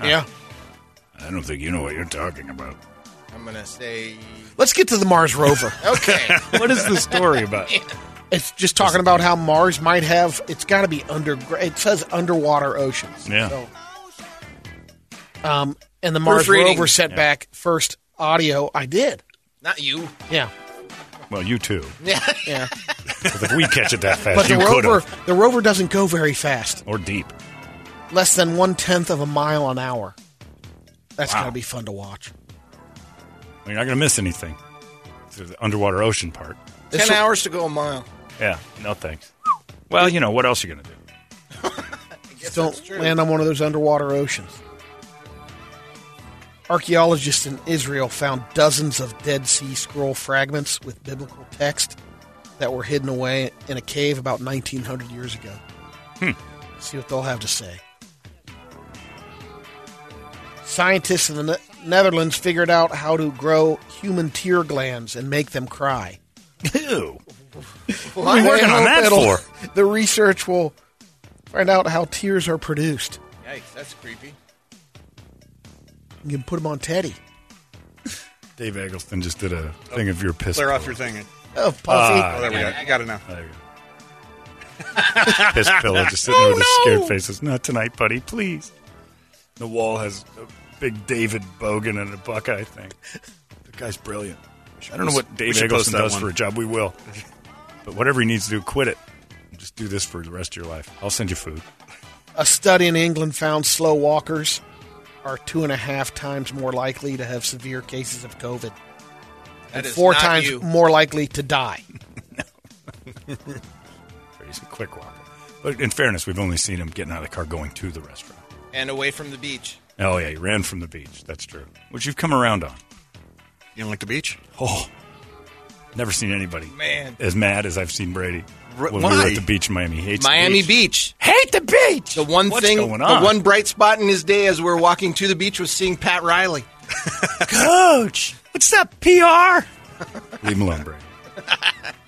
Speaker 2: Ah.
Speaker 4: Yeah.
Speaker 2: I don't think you know what you're talking about.
Speaker 7: I'm gonna say
Speaker 4: Let's get to the Mars rover.
Speaker 7: okay.
Speaker 2: What is the story about?
Speaker 4: it's just talking about how Mars might have. It's got to be under. It says underwater oceans.
Speaker 2: Yeah.
Speaker 4: So, um, and the Mars
Speaker 7: Proofreading.
Speaker 4: rover set back first audio. I did.
Speaker 7: Not you.
Speaker 4: Yeah.
Speaker 2: Well, you too.
Speaker 7: Yeah.
Speaker 4: Yeah.
Speaker 2: 'Cause if we catch it that fast,
Speaker 4: But the
Speaker 2: you could
Speaker 4: rover,
Speaker 2: have.
Speaker 4: the rover doesn't go very fast.
Speaker 2: Or deep.
Speaker 4: Less than one tenth of a mile an hour. That's
Speaker 2: Wow.
Speaker 4: got to be fun to watch.
Speaker 2: You're not going to miss anything. It's the underwater ocean part.
Speaker 7: Ten hours to go a mile.
Speaker 2: Yeah, no thanks. Well, you know, what else are you going to do?
Speaker 4: Just don't land on one of those underwater oceans. Archaeologists in Israel found dozens of Dead Sea Scroll fragments with biblical text that were hidden away in a cave about 1900 years ago.
Speaker 2: Hmm.
Speaker 4: See what they'll have to say. Scientists in the Ne- Netherlands figured out how to grow human tear glands and make them cry.
Speaker 2: Ew.
Speaker 4: What are
Speaker 2: we working on that for?
Speaker 4: The research will find out how tears are produced.
Speaker 7: Yikes, that's creepy.
Speaker 4: You can put them on Teddy.
Speaker 2: Dave Eggleston just did a thing of your piss.
Speaker 3: Clear off your thing.
Speaker 4: Oh, Puffy.
Speaker 2: Uh.
Speaker 3: Oh, there we go. I got it now.
Speaker 2: There you go. piss pillow just sitting there with his
Speaker 3: Oh,
Speaker 2: scared faces. Not tonight, buddy, please. The wall has a big David Bogan and a Buckeye thing. The guy's brilliant. I don't know what Dave
Speaker 3: we should
Speaker 2: Eggleston
Speaker 3: post that
Speaker 2: does
Speaker 3: one.
Speaker 2: for a job. We will. But whatever he needs to do, quit it. Just do this for the rest of your life. I'll send you food.
Speaker 4: a study in England found slow walkers are two and a half times more likely to have severe cases of COVID,
Speaker 7: That is
Speaker 4: four
Speaker 7: not
Speaker 4: times
Speaker 7: you.
Speaker 4: more likely to die.
Speaker 2: He's a quick walker. But in fairness, we've only seen him getting out of the car going to the restaurant.
Speaker 7: and away from the beach.
Speaker 2: Oh, yeah, he ran from the beach. That's true. Which you've come around on.
Speaker 3: You don't like the beach?
Speaker 2: Oh, never seen anybody
Speaker 7: Man.
Speaker 2: as mad as I've seen Brady
Speaker 3: R-
Speaker 2: when we were
Speaker 3: why?
Speaker 2: at the beach in Miami. He hates the
Speaker 7: Miami
Speaker 2: beach.
Speaker 7: Beach.
Speaker 2: Hate the beach.
Speaker 7: The one
Speaker 2: What's
Speaker 7: thing,
Speaker 2: going on?
Speaker 7: the one bright spot in his day as we're walking to the beach was seeing Pat Riley.
Speaker 2: coach. What's that PR? Leave him alone, Brady.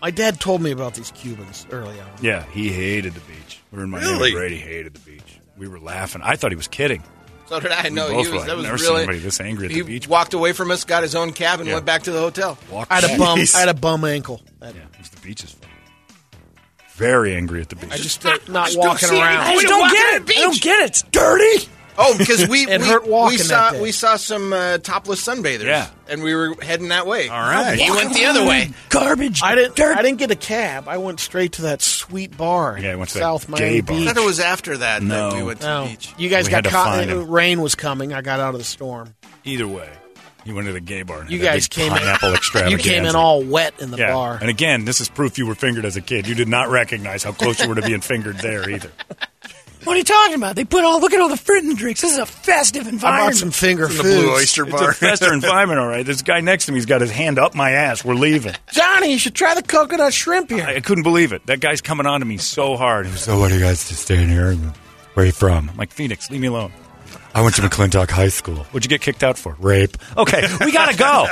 Speaker 4: My dad told me about these Cubans early on.
Speaker 2: Yeah, he hated the beach. We were in Miami.
Speaker 3: Really?
Speaker 2: Brady hated the beach. We were laughing. I thought he was kidding.
Speaker 7: So did I. No,
Speaker 2: both
Speaker 7: he
Speaker 2: were
Speaker 7: was,
Speaker 2: like,
Speaker 7: that was
Speaker 2: "Never seen
Speaker 7: really
Speaker 2: anybody this angry at the
Speaker 7: he
Speaker 2: beach
Speaker 7: walked away from us, got his own cab, and
Speaker 2: Yeah.
Speaker 7: went back to the hotel.
Speaker 2: Walked
Speaker 4: I had a bum,
Speaker 2: Jeez.
Speaker 4: I had a bum ankle. That-
Speaker 2: Yeah, it was the beach's fault. Very angry at the beach.
Speaker 4: I just uh, not
Speaker 7: Just don't
Speaker 4: walking
Speaker 7: see it.
Speaker 4: around.
Speaker 7: I just don't get it. I don't
Speaker 2: get it. It's dirty.
Speaker 7: Oh, because we
Speaker 4: It
Speaker 7: we,
Speaker 4: hurt walking
Speaker 7: we saw
Speaker 4: that day.
Speaker 7: we saw some uh, topless sunbathers.
Speaker 2: Yeah.
Speaker 7: and we were heading that way.
Speaker 3: All right.
Speaker 7: he went the other way.
Speaker 2: Garbage.
Speaker 4: I didn't. I didn't get a cab. I went straight to that sweet bar. in
Speaker 2: Yeah, I went to that
Speaker 4: South
Speaker 2: gay
Speaker 4: Miami
Speaker 2: bar.
Speaker 7: I
Speaker 4: Beach.
Speaker 7: thought it was after that
Speaker 2: No.
Speaker 7: that we went to
Speaker 4: No.
Speaker 7: the beach.
Speaker 4: You guys
Speaker 2: We had
Speaker 4: got
Speaker 2: to
Speaker 4: caught. uh,
Speaker 2: find him.
Speaker 4: Rain was coming. I got out of the storm.
Speaker 2: Either way, he went to the gay bar. And
Speaker 4: You
Speaker 2: had that
Speaker 4: guys
Speaker 2: big
Speaker 4: came in-
Speaker 2: pineapple
Speaker 4: You
Speaker 2: extravaganza.
Speaker 4: came in all wet in the
Speaker 2: yeah.
Speaker 4: bar.
Speaker 2: And again, this is proof you were fingered as a kid. You did not recognize how close you were to being fingered there either.
Speaker 5: What are you talking about? They put all look at all the fruit and drinks. This is a festive
Speaker 4: I bought
Speaker 5: environment.
Speaker 4: some finger
Speaker 3: From
Speaker 4: foods.
Speaker 3: the Blue Oyster
Speaker 2: It's a
Speaker 3: Bar.
Speaker 2: fester environment, all right. This guy next to me's got his hand up my ass. We're leaving.
Speaker 4: Johnny, you should try the coconut shrimp here.
Speaker 2: I, I couldn't believe it. That guy's coming on to me so hard. He was, so what are you guys just staying here? Where are you from? I'm like, Phoenix, leave me alone. I went to McClintock High School. What'd you get kicked out for? Rape. Okay, we gotta go.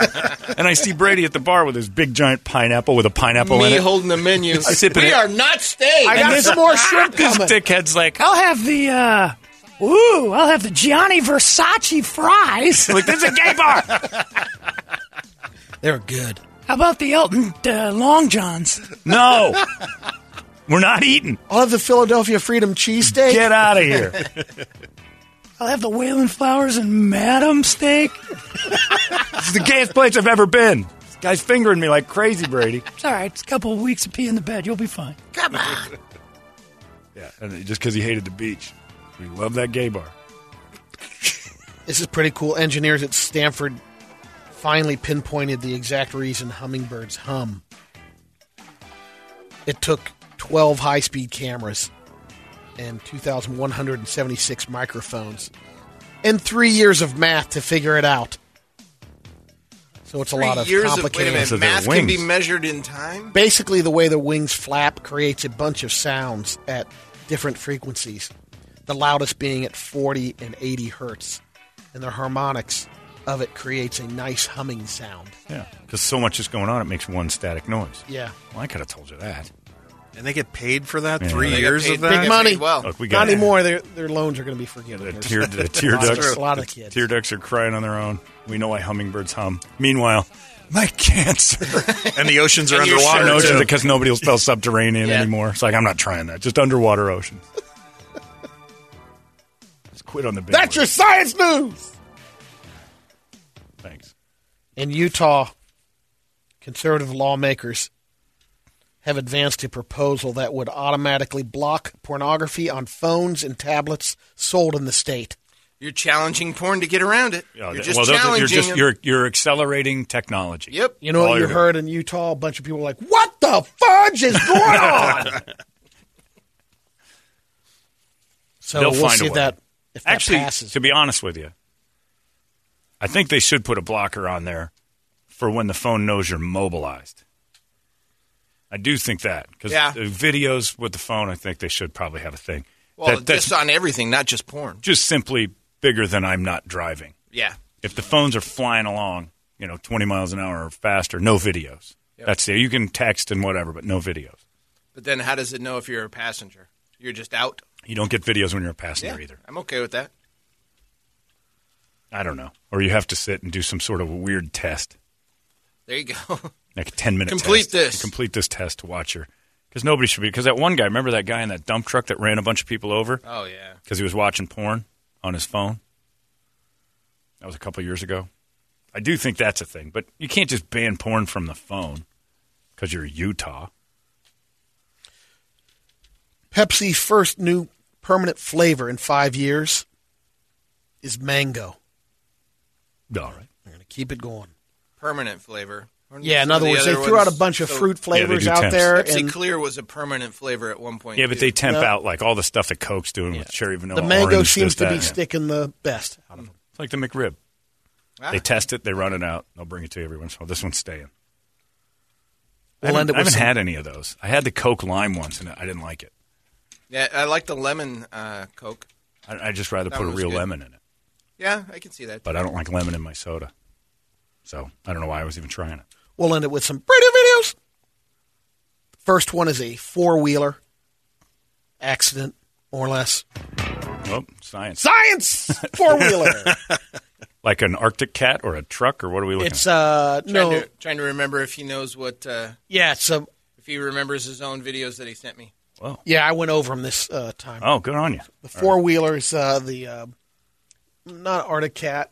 Speaker 2: and I see Brady at the bar with his big giant pineapple with a pineapple in
Speaker 7: Me
Speaker 2: it.
Speaker 7: holding the menu.
Speaker 2: Sipping
Speaker 7: we
Speaker 2: it.
Speaker 7: are not staying.
Speaker 4: I got
Speaker 2: this-
Speaker 4: some more shrimp
Speaker 2: this
Speaker 4: coming.
Speaker 2: dickhead's like,
Speaker 5: I'll have the uh ooh, I'll have the Gianni Versace fries.
Speaker 2: like this is a gay bar.
Speaker 4: They're good.
Speaker 5: How about the Elton uh, Long Johns?
Speaker 2: No, we're not eating.
Speaker 4: I'll have the Philadelphia Freedom cheesesteak.
Speaker 2: Get out of here.
Speaker 5: I'll have the Whalen Flowers and Madam steak.
Speaker 2: This is the gayest place I've ever been. This guy's fingering me like crazy, Brady.
Speaker 5: It's all right. It's a couple of weeks of pee in the bed. You'll be fine.
Speaker 2: Yeah, and just because he hated the beach, we love that gay bar.
Speaker 4: This is pretty cool. Engineers at Stanford finally pinpointed the exact reason hummingbirds hum. It took 12 high speed cameras and 2,176 microphones and three years of math to figure it out. So it's a
Speaker 7: Three
Speaker 4: lot of
Speaker 7: years of wait a
Speaker 4: complicated.
Speaker 7: minute,
Speaker 2: So they're
Speaker 7: math can be
Speaker 2: wings.
Speaker 7: measured in time.
Speaker 4: Basically, the way the wings flap creates a bunch of sounds at different frequencies. The loudest being at 40 and 80 hertz, and the harmonics of it creates a nice humming sound.
Speaker 2: Yeah, because so much is going on, it makes one static noise.
Speaker 4: Yeah.
Speaker 2: Well, I could have told you that.
Speaker 3: And they get paid for that?
Speaker 2: Yeah.
Speaker 3: Three
Speaker 2: They get
Speaker 3: years
Speaker 7: paid
Speaker 3: of that?
Speaker 7: big
Speaker 4: money.
Speaker 7: Well,
Speaker 2: Look, we got
Speaker 4: Not anymore. Their their loans are going to be forgiven.
Speaker 2: The
Speaker 4: There's
Speaker 2: tear, the tear
Speaker 4: a lot of-
Speaker 2: ducks.
Speaker 4: A lot of
Speaker 2: the
Speaker 4: kids.
Speaker 2: Tear ducks are crying on their own. We know why hummingbirds hum. Meanwhile, my cancer.
Speaker 3: And the oceans are
Speaker 7: And you're
Speaker 3: underwater.
Speaker 7: sure
Speaker 2: no,
Speaker 3: too.
Speaker 2: because nobody will spell subterranean
Speaker 4: Yeah.
Speaker 2: anymore. It's like I'm not trying that. Just underwater ocean. Just quit on the big.
Speaker 4: That's your
Speaker 2: word.
Speaker 4: science news.
Speaker 2: thanks.
Speaker 4: In Utah, conservative lawmakers have advanced a proposal that would automatically block pornography on phones and tablets sold in the state.
Speaker 7: you're challenging porn to get around it.
Speaker 2: Yeah,
Speaker 7: you're
Speaker 2: th-
Speaker 7: just
Speaker 2: well, those are-
Speaker 7: challenging.
Speaker 2: you're just
Speaker 7: them.
Speaker 2: you're you're accelerating technology.
Speaker 7: yep.
Speaker 4: You know
Speaker 2: All
Speaker 4: what you
Speaker 2: you're
Speaker 4: heard in Utah? A bunch of people were like, "What the fudge is going on?" so
Speaker 2: They'll
Speaker 4: we'll
Speaker 2: find a
Speaker 4: see if
Speaker 2: way.
Speaker 4: that if that
Speaker 2: Actually,
Speaker 4: passes.
Speaker 2: to be honest with you, I think they should put a blocker on there for when the phone knows you're mobilized. I do think that because
Speaker 7: Yeah.
Speaker 2: the videos with the phone, I think they should probably have a thing
Speaker 7: Well,
Speaker 2: that, that's
Speaker 7: just on everything, not just porn.
Speaker 2: just simply bigger than I'm not driving.
Speaker 7: Yeah.
Speaker 2: If the phones are flying along, you know, 20 miles an hour or faster, no videos. That's it. You can text and whatever, but no videos.
Speaker 7: But then, how does it know if you're a passenger? You're just out.
Speaker 2: You don't get videos when you're a passenger either.
Speaker 7: I'm okay with that.
Speaker 2: I don't know. Or you have to sit and do some sort of weird test.
Speaker 7: There you go.
Speaker 2: like a 10 minute
Speaker 7: Complete
Speaker 2: test.
Speaker 7: this.
Speaker 2: complete this test to watch her because nobody should be because that one guy remember that guy in that dump truck that ran a bunch of people over
Speaker 7: oh yeah.
Speaker 2: because he was watching porn on his phone that was a couple years ago i do think that's a thing but you can't just ban porn from the phone because you're utah
Speaker 4: Pepsi's first new permanent flavor in five years is mango.
Speaker 2: all right
Speaker 4: They're going to keep it going.
Speaker 7: Permanent flavor. Or
Speaker 4: Yeah, in
Speaker 7: some of
Speaker 4: other
Speaker 7: the
Speaker 4: words, they threw out
Speaker 7: ones-
Speaker 4: a bunch of
Speaker 7: so
Speaker 4: fruit flavors
Speaker 2: do
Speaker 4: out
Speaker 2: temps.
Speaker 4: there.
Speaker 7: Pepsi
Speaker 4: And
Speaker 7: Clear was a permanent flavor at one point.
Speaker 2: yeah but
Speaker 7: too.
Speaker 2: they temp
Speaker 4: No.
Speaker 2: out like all the stuff that coke's doing with cherry vanilla
Speaker 4: the mango
Speaker 2: orange, this,
Speaker 4: seems to
Speaker 2: that,
Speaker 4: be
Speaker 2: yeah.
Speaker 4: sticking the best out of them.
Speaker 2: it's like the mcrib
Speaker 7: Ah.
Speaker 2: they test it they run it out they'll bring it to you every once in a while this one's staying I
Speaker 4: We'll
Speaker 2: haven't,
Speaker 4: end it
Speaker 2: I
Speaker 4: with
Speaker 2: haven't
Speaker 4: some-
Speaker 2: had any of those. I had the Coke Lime once, and I didn't like it.
Speaker 7: Yeah, I like the lemon uh, Coke.
Speaker 2: I, I just rather
Speaker 7: That
Speaker 2: put a
Speaker 7: one was
Speaker 2: real
Speaker 7: good.
Speaker 2: lemon in it,
Speaker 7: Yeah, I can see that.
Speaker 2: but I don't like lemon in my soda. So I don't know why I was even trying it.
Speaker 4: We'll end it with some radio videos. First one is a four wheeler accident, more or less.
Speaker 2: Oh, science!
Speaker 4: Science four wheeler.
Speaker 2: Like an Arctic cat or a truck or what are we looking
Speaker 4: it's
Speaker 2: at?
Speaker 4: uh
Speaker 7: trying,
Speaker 4: no
Speaker 7: to, trying to remember if he knows what uh,
Speaker 4: yeah it's um
Speaker 7: if he remembers his own videos that he sent me.
Speaker 4: yeah I went over them this uh, time.
Speaker 2: Oh, good on you.
Speaker 4: the four wheelers uh, the uh, not Arctic Cat.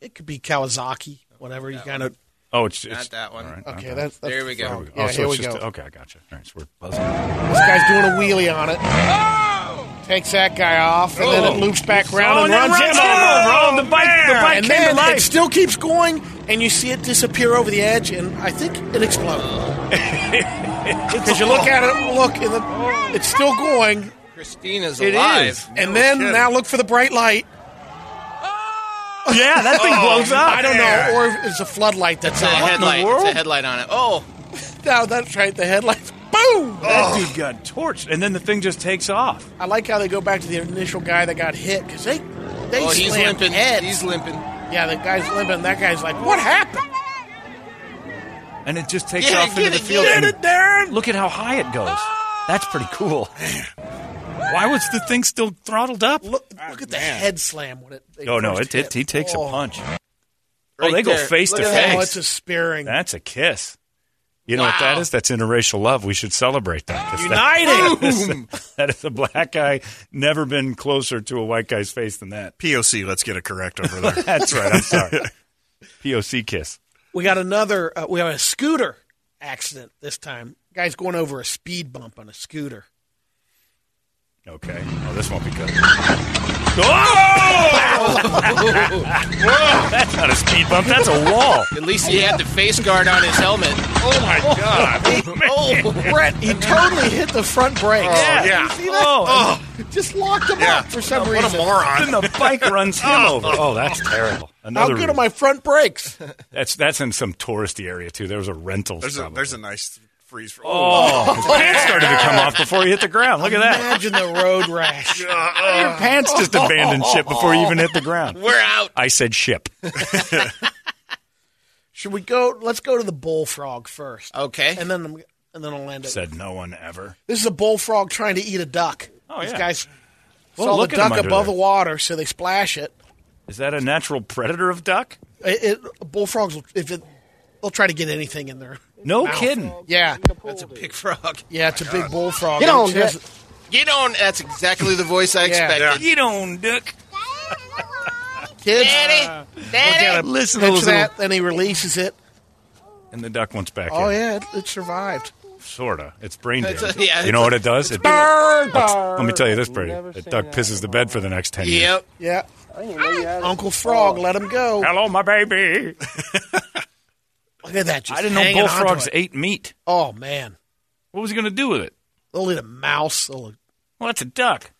Speaker 4: It could be Kawasaki, whatever you kind of.
Speaker 2: Oh, it's, it's
Speaker 7: Not that one.
Speaker 2: all right,
Speaker 4: Okay,
Speaker 2: not
Speaker 4: that's, that's
Speaker 7: There
Speaker 4: the
Speaker 7: we go.
Speaker 4: phone.
Speaker 2: that.
Speaker 4: Yeah,
Speaker 2: oh, so
Speaker 4: here
Speaker 2: it's
Speaker 4: we
Speaker 2: just
Speaker 4: go.
Speaker 2: okay. I gotcha. All right, so we're buzzing.
Speaker 4: This guy's doing a wheelie on it.
Speaker 7: Oh!
Speaker 4: Takes that guy off, and then it loops back round and runs him over. Oh,
Speaker 2: the bike, the bike
Speaker 4: And then it still keeps going, and you see it disappear over the edge, and I think it explodes. Because you look at it, look, and the, it's still going,
Speaker 7: Christina's
Speaker 2: It
Speaker 7: alive.
Speaker 2: is.
Speaker 4: and then now look for the bright light.
Speaker 2: Yeah, that thing blows up.
Speaker 4: Oh, I don't know, or if it's a floodlight that's
Speaker 7: It's a
Speaker 4: on.
Speaker 7: headlight. It's a headlight on it. Oh,
Speaker 4: No, that's right, the headlights. Boom!
Speaker 2: That dude got torched, and then the thing just takes off.
Speaker 4: I like how they go back to the initial guy that got hit because they they
Speaker 7: oh, he's
Speaker 4: slammed
Speaker 7: limping.
Speaker 4: heads.
Speaker 7: He's limping.
Speaker 4: yeah, the guy's limping. That guy's like, "What happened?"
Speaker 2: And it just takes
Speaker 7: Yeah,
Speaker 2: off into
Speaker 7: get
Speaker 2: the
Speaker 7: it,
Speaker 2: field.
Speaker 7: get
Speaker 2: and
Speaker 7: it,
Speaker 2: Look at how high it goes. That's pretty cool. Why was the thing still throttled up?
Speaker 4: Look, look at the head slam when it. they
Speaker 2: oh no,
Speaker 4: first
Speaker 2: it, it he
Speaker 4: hit.
Speaker 2: takes
Speaker 4: Oh.
Speaker 2: a punch.
Speaker 7: Right
Speaker 2: oh, they go
Speaker 7: there.
Speaker 2: face
Speaker 7: Look
Speaker 2: to
Speaker 7: at that.
Speaker 4: Oh,
Speaker 2: face.
Speaker 4: it's a spearing.
Speaker 2: That's a kiss. You know what that is? That's interracial love. We should celebrate that. 'cause That, that, is, that is a black guy never been closer to a white guy's face than that.
Speaker 3: POC, let's get it correct over there.
Speaker 2: That's right. I'm sorry. POC kiss.
Speaker 4: We got another. Uh, we have a scooter accident this time. Guy's going over a speed bump on a scooter.
Speaker 2: Okay. Oh, this won't be good. Oh! That's not a speed bump. That's a wall.
Speaker 7: At least he had the face guard on his helmet.
Speaker 2: Oh my god.
Speaker 7: Oh,
Speaker 4: Brett, he totally hit the front brakes.
Speaker 2: yeah.
Speaker 4: You see that?
Speaker 2: Oh,
Speaker 4: Just locked him up for some
Speaker 3: What a
Speaker 4: reason.
Speaker 3: moron.
Speaker 2: and the bike runs him over. Oh, that's terrible. Another
Speaker 4: How good
Speaker 2: reason.
Speaker 4: are my front brakes?
Speaker 2: That's that's in some touristy area too. There was a rental.
Speaker 3: There's a,
Speaker 2: probably.
Speaker 3: there's a nice freeze. For,
Speaker 2: Oh, his pants started to come off before he hit the ground. Look at that.
Speaker 4: Imagine the road rash.
Speaker 2: Your pants just abandoned ship before you even hit the ground.
Speaker 7: We're out.
Speaker 2: I said ship.
Speaker 4: Should we go? Let's go to the bullfrog first,
Speaker 7: Okay.
Speaker 4: and then I'm, and then I'll land it.
Speaker 2: Said no one ever.
Speaker 4: This is a bullfrog trying to eat a duck.
Speaker 2: Oh,
Speaker 4: These
Speaker 2: yeah.
Speaker 4: guys
Speaker 2: Well,
Speaker 4: saw
Speaker 2: Oh, look
Speaker 4: the
Speaker 2: at 'em
Speaker 4: duck
Speaker 2: under
Speaker 4: above
Speaker 2: there.
Speaker 4: the water, so they splash it.
Speaker 2: Is that a natural predator of duck?
Speaker 4: It, it bullfrogs will if it they'll try to get anything in there.
Speaker 2: No kidding.
Speaker 4: Yeah,
Speaker 7: That's a big frog.
Speaker 4: yeah, it's a big bullfrog.
Speaker 6: Get on,
Speaker 4: It has-
Speaker 7: Get on. That's exactly the voice I
Speaker 4: Yeah.
Speaker 7: expected.
Speaker 3: Yeah.
Speaker 2: You don't duck.
Speaker 4: kids.
Speaker 7: Daddy,
Speaker 4: Yeah,
Speaker 7: daddy.
Speaker 2: Listen to
Speaker 4: Catch
Speaker 2: those little...
Speaker 4: that, then he releases it.
Speaker 2: And the duck wants back
Speaker 4: Oh
Speaker 2: in.
Speaker 4: yeah, it, it survived.
Speaker 2: Sorta. It's brain
Speaker 7: It's
Speaker 2: damage.
Speaker 7: a- yeah,
Speaker 2: you know
Speaker 7: it's
Speaker 2: what it does? It,
Speaker 4: Burn.
Speaker 2: let me tell you this, Brady. That duck pisses the bed for the next 10 years.
Speaker 7: Yep.
Speaker 4: Yeah, Uncle Frog, let him go.
Speaker 2: Hello, my baby.
Speaker 4: Look at that! Just
Speaker 2: I didn't know
Speaker 4: hanging onto
Speaker 2: bullfrogs
Speaker 4: it.
Speaker 2: ate meat.
Speaker 4: Oh man,
Speaker 2: What was he going to do with it?
Speaker 4: they'll eat a mouse. They'll,
Speaker 2: Well, that's a duck.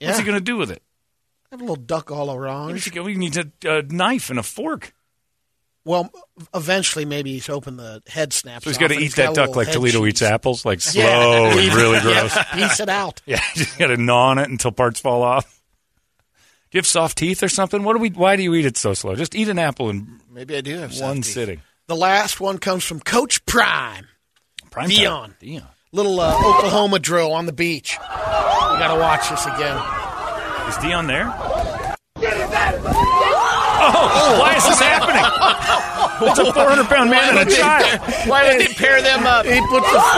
Speaker 4: yeah,
Speaker 2: What's he going to do with it?
Speaker 4: have a little duck all around.
Speaker 2: We need a, a knife and a fork.
Speaker 4: Well, eventually, maybe he's open the head snaps.
Speaker 2: So he's
Speaker 4: got to
Speaker 2: eat that duck like Toledo eats apples, like slow and really gross.
Speaker 4: Piece it out.
Speaker 2: Yeah, just got to gnaw on it until parts fall off. Do you have soft teeth or something? What do we? Why do you eat it so slow? Just eat an apple in
Speaker 7: Maybe I do have
Speaker 2: one
Speaker 7: something.
Speaker 2: sitting.
Speaker 4: The last one comes from Coach Prime.
Speaker 2: Prime
Speaker 4: Dion.
Speaker 2: time. Dion.
Speaker 4: Little uh, Oklahoma drill on the beach. We got to watch this again.
Speaker 2: Is Dion there? Oh, why is this happening? What's a 400 pound man and a child?
Speaker 7: Why would they pair them up?
Speaker 4: He puts the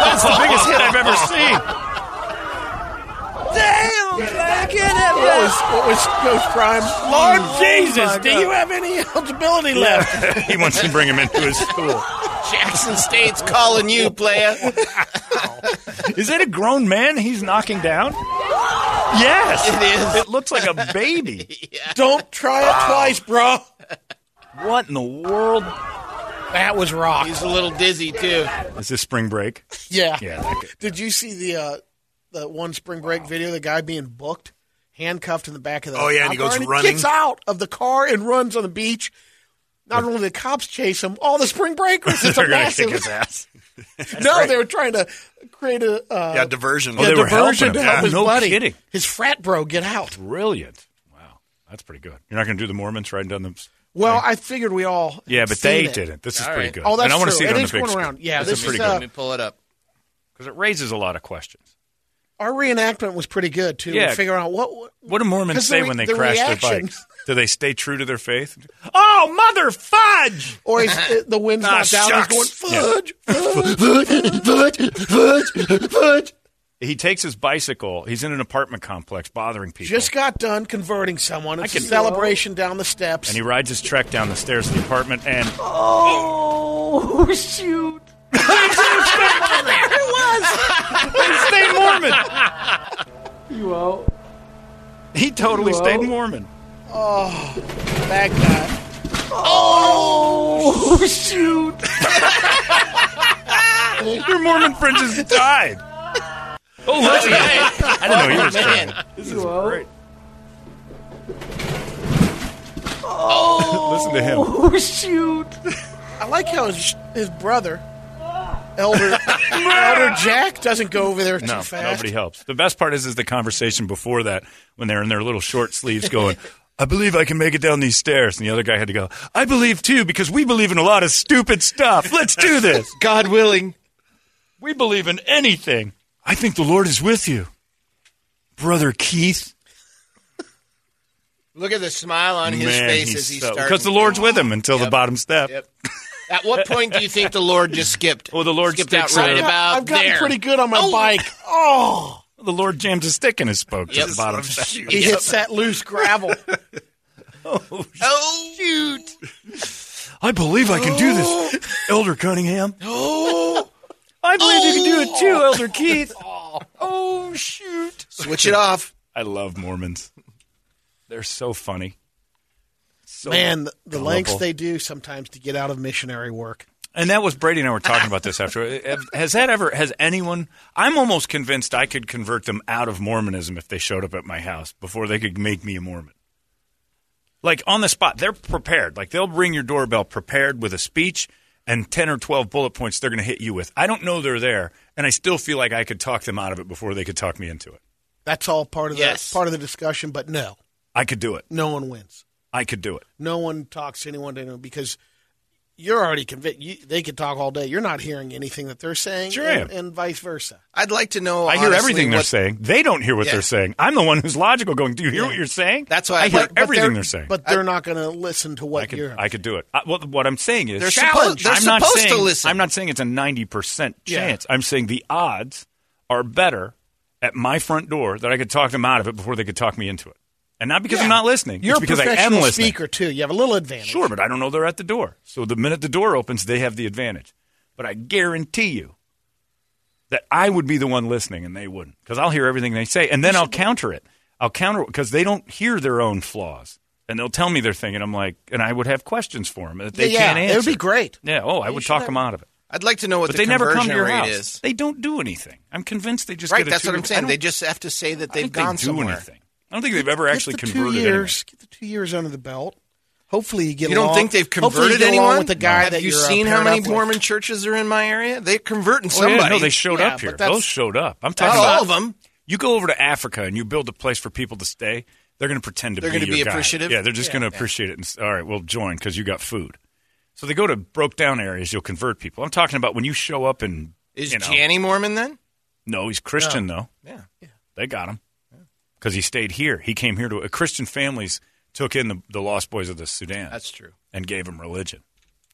Speaker 2: That's the biggest hit I've ever seen.
Speaker 4: what was, what was Coach Prime? Oh
Speaker 2: Lord Jesus, do you
Speaker 4: have any eligibility left?
Speaker 2: he wants to bring him into his school.
Speaker 7: Jackson State's calling you, player.
Speaker 2: Is that a grown man he's knocking down? Yes.
Speaker 7: It is.
Speaker 2: It looks like a baby.
Speaker 4: Don't try it twice, bro.
Speaker 2: What in the world?
Speaker 4: That was rock.
Speaker 7: He's a little dizzy too.
Speaker 2: Is this spring break?
Speaker 4: Yeah.
Speaker 2: Yeah, that could-
Speaker 4: Did you see the uh, the one spring break video? The guy being booked, handcuffed in the back of the
Speaker 3: Oh, yeah, and he
Speaker 4: cop car,
Speaker 3: goes
Speaker 4: and
Speaker 3: running.
Speaker 4: gets out of the car and runs on the beach. Not only the cops chase him, all the spring breakers. It's a
Speaker 2: They're gonna kick
Speaker 4: massive.
Speaker 2: his ass.
Speaker 4: no, they were trying to create a uh,
Speaker 3: yeah, diversion.
Speaker 2: Oh, they
Speaker 4: a
Speaker 2: were
Speaker 4: diversion
Speaker 2: helping
Speaker 4: to
Speaker 2: him.
Speaker 4: help
Speaker 2: Yeah,
Speaker 4: his
Speaker 2: no
Speaker 4: buddy,
Speaker 2: kidding.
Speaker 4: his frat bro, get out.
Speaker 2: Brilliant. Wow, that's pretty good. You're not going to do the Mormons right down the.
Speaker 4: Well, I figured we all.
Speaker 2: Yeah,
Speaker 4: had
Speaker 2: but
Speaker 4: seen
Speaker 2: they
Speaker 4: it.
Speaker 2: didn't. This is
Speaker 7: All
Speaker 2: pretty
Speaker 7: right.
Speaker 2: good.
Speaker 4: Oh, that's
Speaker 2: and I want to
Speaker 4: true.
Speaker 2: see it,
Speaker 4: It
Speaker 2: on
Speaker 4: is
Speaker 2: the big
Speaker 4: going
Speaker 2: screen.
Speaker 4: around. Yeah,
Speaker 2: this,
Speaker 4: this
Speaker 2: is
Speaker 4: is,
Speaker 2: pretty
Speaker 4: uh,
Speaker 2: good
Speaker 7: Let me pull it up.
Speaker 2: because it raises a lot of questions.
Speaker 4: Our reenactment was pretty good too.
Speaker 2: Yeah.
Speaker 4: figuring out what, what
Speaker 2: What do Mormons
Speaker 4: 'Cause the
Speaker 2: say
Speaker 4: re-
Speaker 2: when they
Speaker 4: the
Speaker 2: crash their
Speaker 4: reaction-
Speaker 2: bikes? Do they stay true to their faith? Oh, mother fudge!
Speaker 4: or he's, uh, the wind's
Speaker 3: Ah,
Speaker 4: not down. He's
Speaker 3: shucks.
Speaker 4: going fudge, fudge.
Speaker 2: He takes his bicycle. He's in an apartment complex, bothering people.
Speaker 4: Just got done converting someone. It's a
Speaker 2: can-
Speaker 4: celebration down the steps.
Speaker 2: and he rides his trek down the stairs to the apartment and
Speaker 6: Oh, shoot.
Speaker 2: stay Mormon.
Speaker 6: You out.
Speaker 2: He totally
Speaker 6: Whoa.
Speaker 2: stayed Mormon.
Speaker 4: that guy.
Speaker 6: Oh, shoot.
Speaker 2: Your Mormon friend just died. Oh, look at that. I didn't know he was
Speaker 7: Man.
Speaker 2: trying. This
Speaker 6: You out.
Speaker 2: Listen to him.
Speaker 6: Oh, shoot.
Speaker 4: I like how his, his brother, Elder Elder Jack, doesn't go over there too
Speaker 2: No,
Speaker 4: fast.
Speaker 2: nobody helps. The best part is is the conversation before that when they're in their little short sleeves going, I believe I can make it down these stairs. And the other guy had to go, I believe too, because we believe in a lot of stupid stuff. Let's do this.
Speaker 7: God willing.
Speaker 2: We believe in anything. I think the Lord is with you. Brother Keith.
Speaker 7: Look at the smile on his
Speaker 2: Man,
Speaker 7: face
Speaker 2: he's
Speaker 7: as he
Speaker 2: so-
Speaker 7: starts.
Speaker 2: Because the Lord's with him until the
Speaker 7: Yep.
Speaker 2: bottom step.
Speaker 7: Yep. At what point do you think the Lord just skipped?
Speaker 2: Well, the Lord
Speaker 7: skipped out
Speaker 2: sticks
Speaker 7: right
Speaker 2: a-
Speaker 7: about
Speaker 4: I've gotten
Speaker 7: there.
Speaker 4: pretty good on
Speaker 2: Oh,
Speaker 4: my bike.
Speaker 2: The Lord jams a stick in his spoke
Speaker 7: Yep.
Speaker 2: to the bottom step.
Speaker 4: He hits that loose gravel.
Speaker 7: Oh shoot!
Speaker 2: I believe I can do
Speaker 7: Oh!
Speaker 2: this, Elder Cunningham. I believe you can do it too, Elder Keith. Oh, shoot.
Speaker 7: Switch it off.
Speaker 2: I love Mormons. They're so funny. So
Speaker 4: Man, the, the lengths
Speaker 2: gullible.
Speaker 4: they do sometimes to get out of missionary work.
Speaker 2: And that was Brady and I were talking about this after. Have- Has that ever, has anyone, I'm almost convinced I could convert them out of Mormonism if they showed up at my house before they could make me a Mormon. Like on the spot, they're prepared. Like they'll ring your doorbell prepared with a speech and 10 or 12 bullet points they're going to hit you with. I don't know they're there, and I still feel like I could talk them out of it before they could talk me into it.
Speaker 4: That's all part of
Speaker 7: Yes.
Speaker 4: the part of the discussion, but no,
Speaker 2: I could do it.
Speaker 4: no one wins.
Speaker 2: I could do it.
Speaker 4: No one talks to anyone to anyone because you're already convinced. You, they could talk all day. You're not hearing anything that they're saying,
Speaker 2: Sure
Speaker 4: and,
Speaker 2: am.
Speaker 4: and vice versa.
Speaker 7: I'd like to know.
Speaker 2: I hear
Speaker 7: honestly,
Speaker 2: everything they're
Speaker 7: what-
Speaker 2: saying. They don't hear what
Speaker 7: Yeah.
Speaker 2: they're saying. I'm the one who's logical going, Do you hear
Speaker 4: Yeah.
Speaker 2: what you're saying?
Speaker 7: That's why
Speaker 2: I
Speaker 7: I-
Speaker 2: hear
Speaker 7: but- but
Speaker 2: everything
Speaker 7: they're-
Speaker 2: they're saying.
Speaker 4: But they're not going to listen to what
Speaker 2: I could,
Speaker 4: you're.
Speaker 2: I could do it. I, well, what I'm saying is
Speaker 7: They're suppo-
Speaker 2: challenge.
Speaker 7: they're
Speaker 2: I'm not
Speaker 7: supposed to
Speaker 2: saying,
Speaker 7: listen.
Speaker 2: I'm not saying it's a 90%
Speaker 4: Yeah.
Speaker 2: chance. I'm saying the odds are better at my front door that I could talk them out of it before they could talk me into it. And not because I'm not listening.
Speaker 4: you're
Speaker 2: it's because
Speaker 4: a
Speaker 2: I am
Speaker 4: professional
Speaker 2: listening.
Speaker 4: speaker too. You have a little advantage.
Speaker 2: Sure, but I don't know they're at the door. So the minute the door opens, they have the advantage. But I guarantee you that I would be the one listening and they wouldn't because I'll hear everything they say and then I'll counter it. I'll counter it because they don't hear their own flaws and they'll tell me their thing and I'm like, and I would have questions for them that they
Speaker 4: yeah,
Speaker 2: can't
Speaker 4: yeah,
Speaker 2: answer.
Speaker 4: it would be great.
Speaker 2: Yeah. Oh, I would talk them out of it.
Speaker 7: I'd like to know what
Speaker 2: But
Speaker 7: the
Speaker 2: they never come to
Speaker 7: conversion
Speaker 2: your
Speaker 7: rate
Speaker 2: house.
Speaker 7: is.
Speaker 2: They don't do anything. I'm convinced they just
Speaker 7: Right,
Speaker 2: Get a
Speaker 7: that's what
Speaker 2: two-
Speaker 7: I'm
Speaker 2: I
Speaker 7: saying.
Speaker 2: don't-
Speaker 7: They just have to say that
Speaker 2: I
Speaker 7: they've
Speaker 2: think
Speaker 7: gone
Speaker 2: they do
Speaker 7: somewhere.
Speaker 2: anything. I don't think they've ever actually
Speaker 4: get the
Speaker 2: converted
Speaker 4: two
Speaker 2: anyone.
Speaker 4: years. Get the two years under the belt. Hopefully, you get.
Speaker 7: You don't
Speaker 4: along-
Speaker 7: think they've
Speaker 4: hopefully you
Speaker 7: converted
Speaker 4: get along
Speaker 7: anyone?
Speaker 4: with the guy
Speaker 7: have
Speaker 4: that
Speaker 7: you
Speaker 4: you're, uh,
Speaker 7: seen how
Speaker 4: paired
Speaker 7: many
Speaker 4: up with.
Speaker 7: Mormon churches are in my area? They're converting
Speaker 2: Oh, yeah,
Speaker 7: somebody.
Speaker 2: no, they showed
Speaker 4: Yeah,
Speaker 2: up here.
Speaker 4: but that's-
Speaker 2: Those showed up. I'm
Speaker 7: Not
Speaker 2: talking about
Speaker 7: all of them.
Speaker 2: You go over to Africa and you build a place for people to stay. They're going to pretend to
Speaker 7: They're
Speaker 2: be
Speaker 7: gonna
Speaker 2: your
Speaker 7: be
Speaker 2: guide.
Speaker 7: appreciative?
Speaker 2: Yeah, they're just going to appreciate it. And s- all right, we'll join because you got food. So they go to broke down areas. You'll convert people. I'm talking about when you show up and
Speaker 7: Is
Speaker 2: you know,
Speaker 7: Janny Mormon then?
Speaker 2: No, he's Christian though.
Speaker 7: Yeah.
Speaker 2: They got him because he stayed here. He came here to uh, Christian families took in the, the lost boys of the Sudan.
Speaker 7: That's true.
Speaker 2: and gave them religion.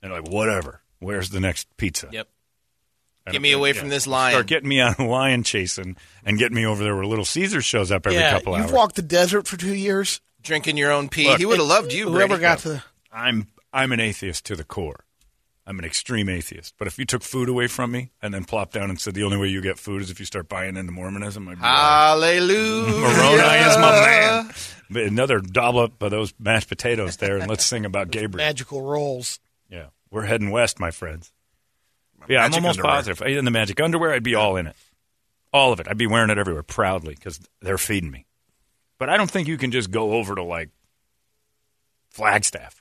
Speaker 2: And they're like, whatever. Where's the next pizza?
Speaker 7: Yep.
Speaker 2: I
Speaker 7: Get
Speaker 2: don't-
Speaker 7: me away
Speaker 2: yeah.
Speaker 7: from this lion.
Speaker 2: Start getting me on lion chasing and get me over there where Little Caesar shows up every
Speaker 4: yeah,
Speaker 2: couple
Speaker 4: you've
Speaker 2: hours.
Speaker 4: walked the desert for two years.
Speaker 7: Drinking your own pee.
Speaker 2: Look,
Speaker 7: he would have loved you,
Speaker 4: Whoever
Speaker 7: Brady.
Speaker 4: got to the
Speaker 2: I'm I'm an atheist to the core. I'm an extreme atheist. But if you took food away from me and then plopped down and said the only way you get food is if you start buying into Mormonism, I'd be
Speaker 7: Ah.
Speaker 2: like,
Speaker 7: Hallelujah.
Speaker 2: Moroni is my man. But another dollop of those mashed potatoes there, and let's sing about Gabriel.
Speaker 4: magical rolls.
Speaker 2: Yeah, we're heading west, my friends. Yeah,
Speaker 3: Magic
Speaker 2: I'm almost
Speaker 3: underwear.
Speaker 2: positive. If I- In the magic underwear, I'd be all in it, all of it. I'd be wearing it everywhere proudly because they're feeding me. But I don't think you can just go over to like Flagstaff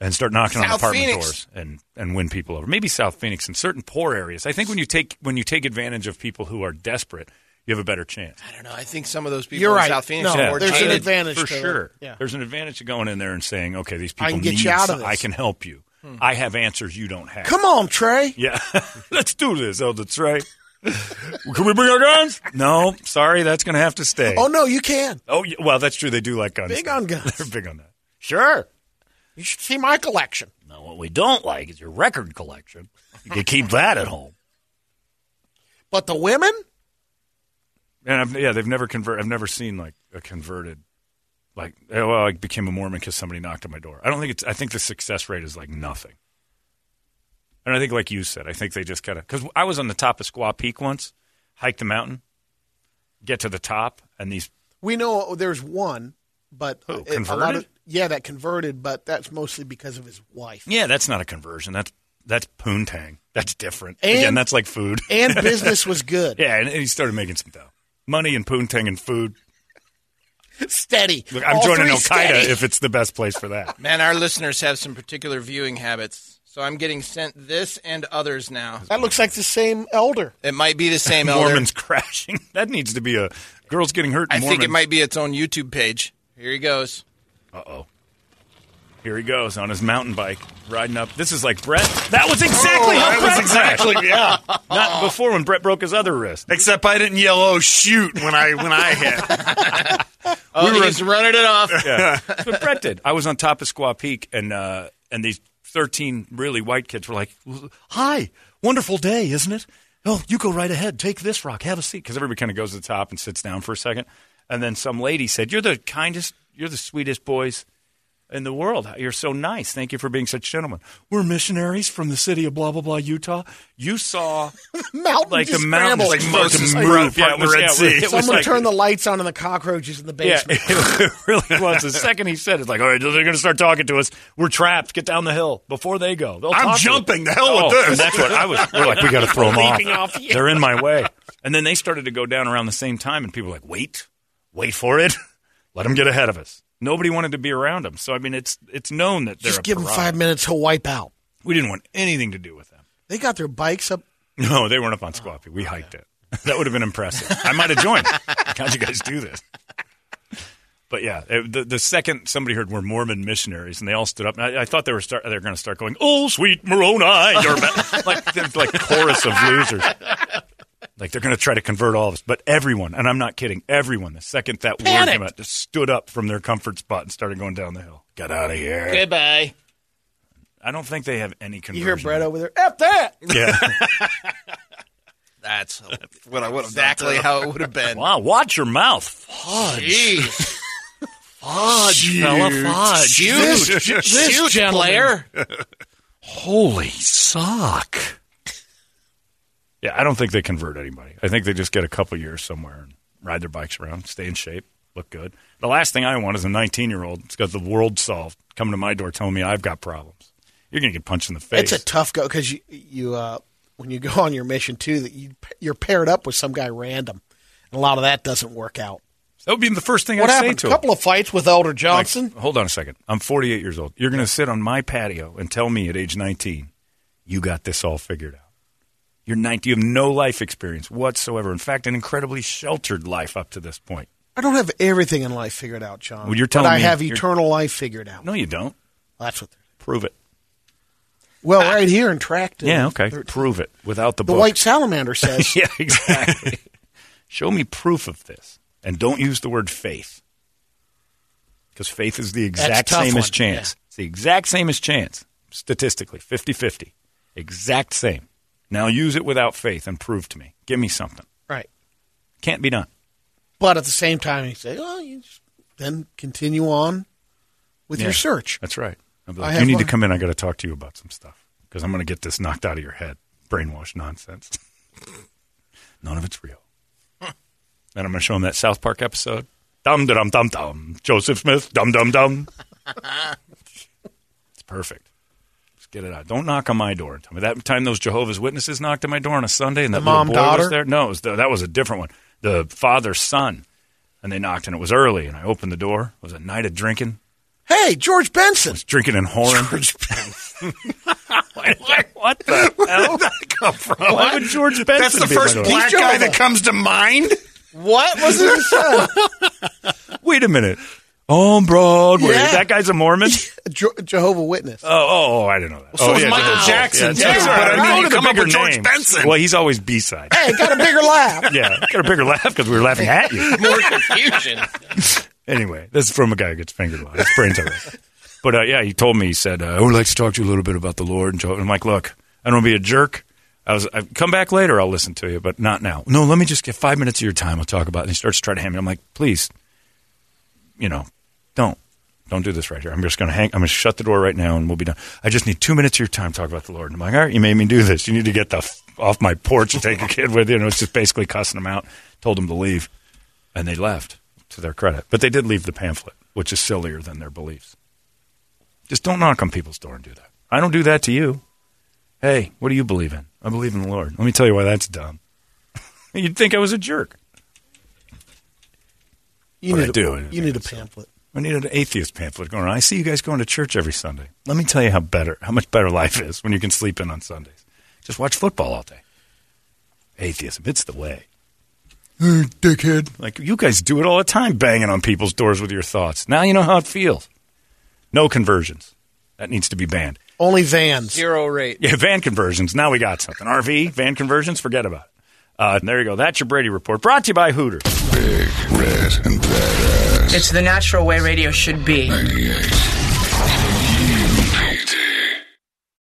Speaker 2: and start knocking on
Speaker 7: South
Speaker 2: apartment
Speaker 7: Phoenix.
Speaker 2: doors and, and win people over. Maybe South Phoenix and certain poor areas. I think when you take when you take advantage of people who are desperate, you have a better chance.
Speaker 7: I don't know. I think some of those people
Speaker 4: You're
Speaker 7: in
Speaker 4: right.
Speaker 7: South Phoenix
Speaker 4: No,
Speaker 7: are more
Speaker 4: there's an
Speaker 7: jaded.
Speaker 4: advan- advantage
Speaker 2: for
Speaker 4: to it.
Speaker 2: sure.
Speaker 4: Yeah.
Speaker 2: There's an advantage to going in there and saying, okay, these people
Speaker 4: I can get
Speaker 2: need
Speaker 4: you out of
Speaker 2: some- I
Speaker 4: this. Hmm.
Speaker 2: can help you. I have answers you don't have.
Speaker 4: Come on, Trey.
Speaker 2: Yeah, let's do this, Elder Trey. Can we bring our guns? No, sorry, that's going to have to stay.
Speaker 4: Oh no, you can.
Speaker 2: Oh, yeah, well, that's true. They do like guns.
Speaker 4: Big on guns.
Speaker 2: They're big on that.
Speaker 4: Sure. You should see my collection.
Speaker 5: Now, what we don't like is your record collection. You can keep that at home.
Speaker 4: But the women,
Speaker 2: And I've, yeah, they've never convert. I've never seen like a converted, like eh, well, I became a Mormon because somebody knocked on my door. I don't think it's. I think the success rate is like nothing. And I think, like you said, I think they just kind of because I was on the top of Squaw Peak once, hiked the mountain, get to the top, and these
Speaker 4: we know there's one, but
Speaker 2: Who,
Speaker 4: it- a lot of
Speaker 2: converted?
Speaker 4: yeah, that converted, but that's mostly because of his wife
Speaker 2: Yeah, that's not a conversion. That's that's poontang. That's different.
Speaker 4: And-
Speaker 2: Again, that's like food.
Speaker 4: and business was good,
Speaker 2: yeah, and, and he started making some dough. Money and poontang and food.
Speaker 4: steady.
Speaker 2: Look, I'm
Speaker 4: All
Speaker 2: joining
Speaker 4: three
Speaker 2: Al Qaeda
Speaker 4: steady.
Speaker 2: if it's the best place for that.
Speaker 7: Man, our listeners have some particular viewing habits. So I'm getting sent this and others now.
Speaker 4: that looks like the same elder.
Speaker 7: It might be the same elder.
Speaker 2: Mormons crashing. That needs to be a girls getting hurt.
Speaker 7: I
Speaker 2: in
Speaker 7: think it
Speaker 2: Mormons.
Speaker 7: might be its own YouTube page. Here he goes.
Speaker 2: Here he goes on his mountain bike, riding up. This is like Brett. That was exactly how Brett was exactly
Speaker 3: yeah.
Speaker 2: not before when Brett broke his other wrist.
Speaker 3: Except I didn't yell "Oh shoot" when I when I hit.
Speaker 7: Oh, he's running it off.
Speaker 2: Yeah. That's what Brett did. I was on top of Squaw Peak, and uh, and these thirteen really white kids were like, "Hi, wonderful day, isn't it? Oh, you go right ahead. Take this rock. Have a seat." Because everybody kind of goes to the top and sits down for a second, and then some lady said, "You're the kindest. You're the sweetest boys." In the world, you're so nice. Thank you for being such gentlemen. We're missionaries from the city of blah blah blah, Utah. You saw
Speaker 4: Mountain
Speaker 2: like the
Speaker 4: just
Speaker 2: mountains
Speaker 4: scrambled.
Speaker 2: like
Speaker 3: Moses
Speaker 2: move.
Speaker 3: part of the Red Sea.
Speaker 2: it was
Speaker 4: Someone
Speaker 2: like-
Speaker 4: turned the lights on and the cockroaches in the
Speaker 2: yeah,
Speaker 4: basement.
Speaker 2: it really was. The second he said, it, it's like, all right, they're going to start talking to us. We're trapped. Get down the hill before they go. They'll
Speaker 3: I'm
Speaker 2: talk to
Speaker 3: jumping.
Speaker 2: us.
Speaker 3: The hell with
Speaker 2: Oh,
Speaker 3: this.
Speaker 2: and That's what I was. We're like, we got to throw them off.
Speaker 4: Leaping off, yeah.
Speaker 2: They're in my way. And then they started to go down around the same time, and people were like, wait, wait for it. Let them get ahead of us. Nobody wanted to be around them. So I mean, it's it's known that they're
Speaker 4: Just
Speaker 2: a
Speaker 4: give them
Speaker 2: pariah.
Speaker 4: five minutes, he'll wipe out.
Speaker 2: We didn't want anything to do with them.
Speaker 4: They got their bikes up.
Speaker 2: No, they weren't up on Squappy. We hiked it. That would have been impressive. I might have joined. How'd you guys do this? But yeah, it- the, the second somebody heard we're Mormon missionaries, and they all stood up, and I, I thought they were start, they were going to start going, "Oh, sweet Moroni," you're ba-" like the- like chorus of losers. Like they're going to try to convert all of us, but everyone, and I'm not kidding, everyone. The second that word came
Speaker 7: Panicked.
Speaker 2: out, just stood up from their comfort spot and started going down the hill. Get out of here!
Speaker 7: Goodbye.
Speaker 2: I don't think they have any
Speaker 4: You
Speaker 2: conversion.
Speaker 4: hear Brett over there. F that.
Speaker 2: Yeah.
Speaker 7: That's
Speaker 3: what I would have
Speaker 7: exactly how it would have been.
Speaker 2: wow. Watch your mouth.
Speaker 7: Jeez.
Speaker 2: Fudge, fella, fudge.
Speaker 7: Huge, huge player.
Speaker 2: Holy sock. Yeah, I don't think they convert anybody. I think they just get a couple years somewhere and ride their bikes around, stay in shape, look good. The last thing I want is a 19 year old that's got the world solved coming to my door telling me I've got problems. You're going to get punched in the face.
Speaker 4: It's a tough go because you you uh, when you go on your mission too that you you're paired up with some guy random, and a lot of that doesn't work out.
Speaker 2: that would be the first thing
Speaker 4: What
Speaker 2: I'd
Speaker 4: happened?
Speaker 2: say to
Speaker 4: A
Speaker 2: him.
Speaker 4: couple of fights with Elder
Speaker 2: Like,
Speaker 4: Johnson.
Speaker 2: hold on a second. I'm 48 years old. You're going to sit on my patio and tell me at age 19, you got this all figured out. You're 19. You have no life experience whatsoever. In fact, an incredibly sheltered life up to this point.
Speaker 4: I don't have everything in life figured out, John.
Speaker 2: Well, you're telling
Speaker 4: but
Speaker 2: me
Speaker 4: I have
Speaker 2: you're-
Speaker 4: eternal life figured out.
Speaker 2: No, you don't.
Speaker 4: That's what. they're-
Speaker 2: Prove it.
Speaker 4: Well, right here in tract. uh,
Speaker 2: Ah. Yeah, okay.
Speaker 4: thirteen.
Speaker 2: Prove it without the,
Speaker 4: The
Speaker 2: book.
Speaker 4: white salamander says
Speaker 2: yeah, exactly. Show me proof of this, and don't use the word faith, because faith is the exact
Speaker 4: a tough
Speaker 2: same as
Speaker 4: one,
Speaker 2: chance. It's the exact same as chance, statistically, 50-50. exact same. Now use it without faith and prove to me. Give me something.
Speaker 4: right,
Speaker 2: Can't be done.
Speaker 4: but at the same time, you say, "Oh, you just then continue on with
Speaker 2: Yeah.
Speaker 4: your search."
Speaker 2: That's right. I'll be
Speaker 4: I
Speaker 2: like,
Speaker 4: have
Speaker 2: you need to
Speaker 4: one.
Speaker 2: come in. I got to talk to you about some stuff because I'm going to get this knocked out of your head. Brainwash nonsense. None of it's real. and I'm going to show him that South Park episode. Dum da dum dum dum. Joseph Smith. Dum dum dum. it's perfect. Just get it out. Don't knock on my door and tell me that time those Jehovah's Witnesses knocked on my door on a Sunday and that
Speaker 4: The
Speaker 2: little
Speaker 4: mom,
Speaker 2: boy was
Speaker 4: daughter?
Speaker 2: there. No, it was the, that was a different one. The father son. And they knocked and it was early and I opened the door. It was a night of drinking
Speaker 4: Hey, George Benson.
Speaker 2: was drinking and whoring. Like, what the hell did that come from? Why would George Benson
Speaker 3: That's the
Speaker 2: be in my
Speaker 3: first
Speaker 2: door?
Speaker 3: black guy that comes to mind.
Speaker 7: What was it?
Speaker 2: Wait a minute. On Broadway.
Speaker 4: Yeah.
Speaker 2: That guy's a Mormon?
Speaker 4: Je- Jehovah Witness.
Speaker 2: Oh, oh, oh, I didn't know that.
Speaker 3: so
Speaker 2: oh,
Speaker 3: was
Speaker 2: yeah,
Speaker 3: Michael
Speaker 2: yeah,
Speaker 3: Jackson,
Speaker 2: yeah,
Speaker 3: too,
Speaker 2: yeah,
Speaker 3: but I mean,
Speaker 2: wanted
Speaker 3: you
Speaker 2: a
Speaker 3: come up
Speaker 2: bigger
Speaker 3: with George Benson.
Speaker 2: Well, he's always B-side.
Speaker 4: hey, got a bigger laugh.
Speaker 2: Yeah, got a bigger laugh because we were laughing at you.
Speaker 7: More confusion.
Speaker 2: Anyway, this is from a guy who gets fingered a lot. His brain's all right. But uh, yeah, he told me, he said, uh, I would like to talk to you a little bit about the Lord. And Joe- and I'm like, look, I don't want to be a jerk. I was, I, come back later, I'll listen to you, but not now. No, let me just get five minutes of your time. I'll talk about it. And he starts trying to hand me. I'm like, please, you know, don't. Don't do this right here. I'm just going to hang. I'm going to shut the door right now and we'll be done. I just need two minutes of your time to talk about the Lord. And I'm like, all right, you made me do this. You need to get the f- off my porch and take a kid with you. And it was just basically cussing him out. Told him to leave and they left to their credit. But they did leave the pamphlet, which is sillier than their beliefs. Just don't knock on people's door and do that. I don't do that to you. Hey, what do you believe in? I believe in the Lord. Let me tell you why that's dumb. You'd think I was a jerk.
Speaker 4: You
Speaker 2: But I
Speaker 4: need a,
Speaker 2: do.
Speaker 4: You need a pamphlet.
Speaker 2: I needed an atheist pamphlet going on. I see you guys going to church every Sunday. Let me tell you how better, how much better life is when you can sleep in on Sundays. Just watch football all day. Atheism, it's the way. Hey, dickhead. Like, you guys do it all the time, banging on people's doors with your thoughts. Now you know how it feels. No conversions. That needs to be banned.
Speaker 4: Only vans.
Speaker 7: Zero rate.
Speaker 2: Yeah, van conversions. Now we got something. RV, van conversions, forget about it. Uh, there you go. That's your Brady Report. Brought to you by Hooters.
Speaker 1: Big, red, and badass.
Speaker 11: It's the natural way radio should be.
Speaker 1: 98.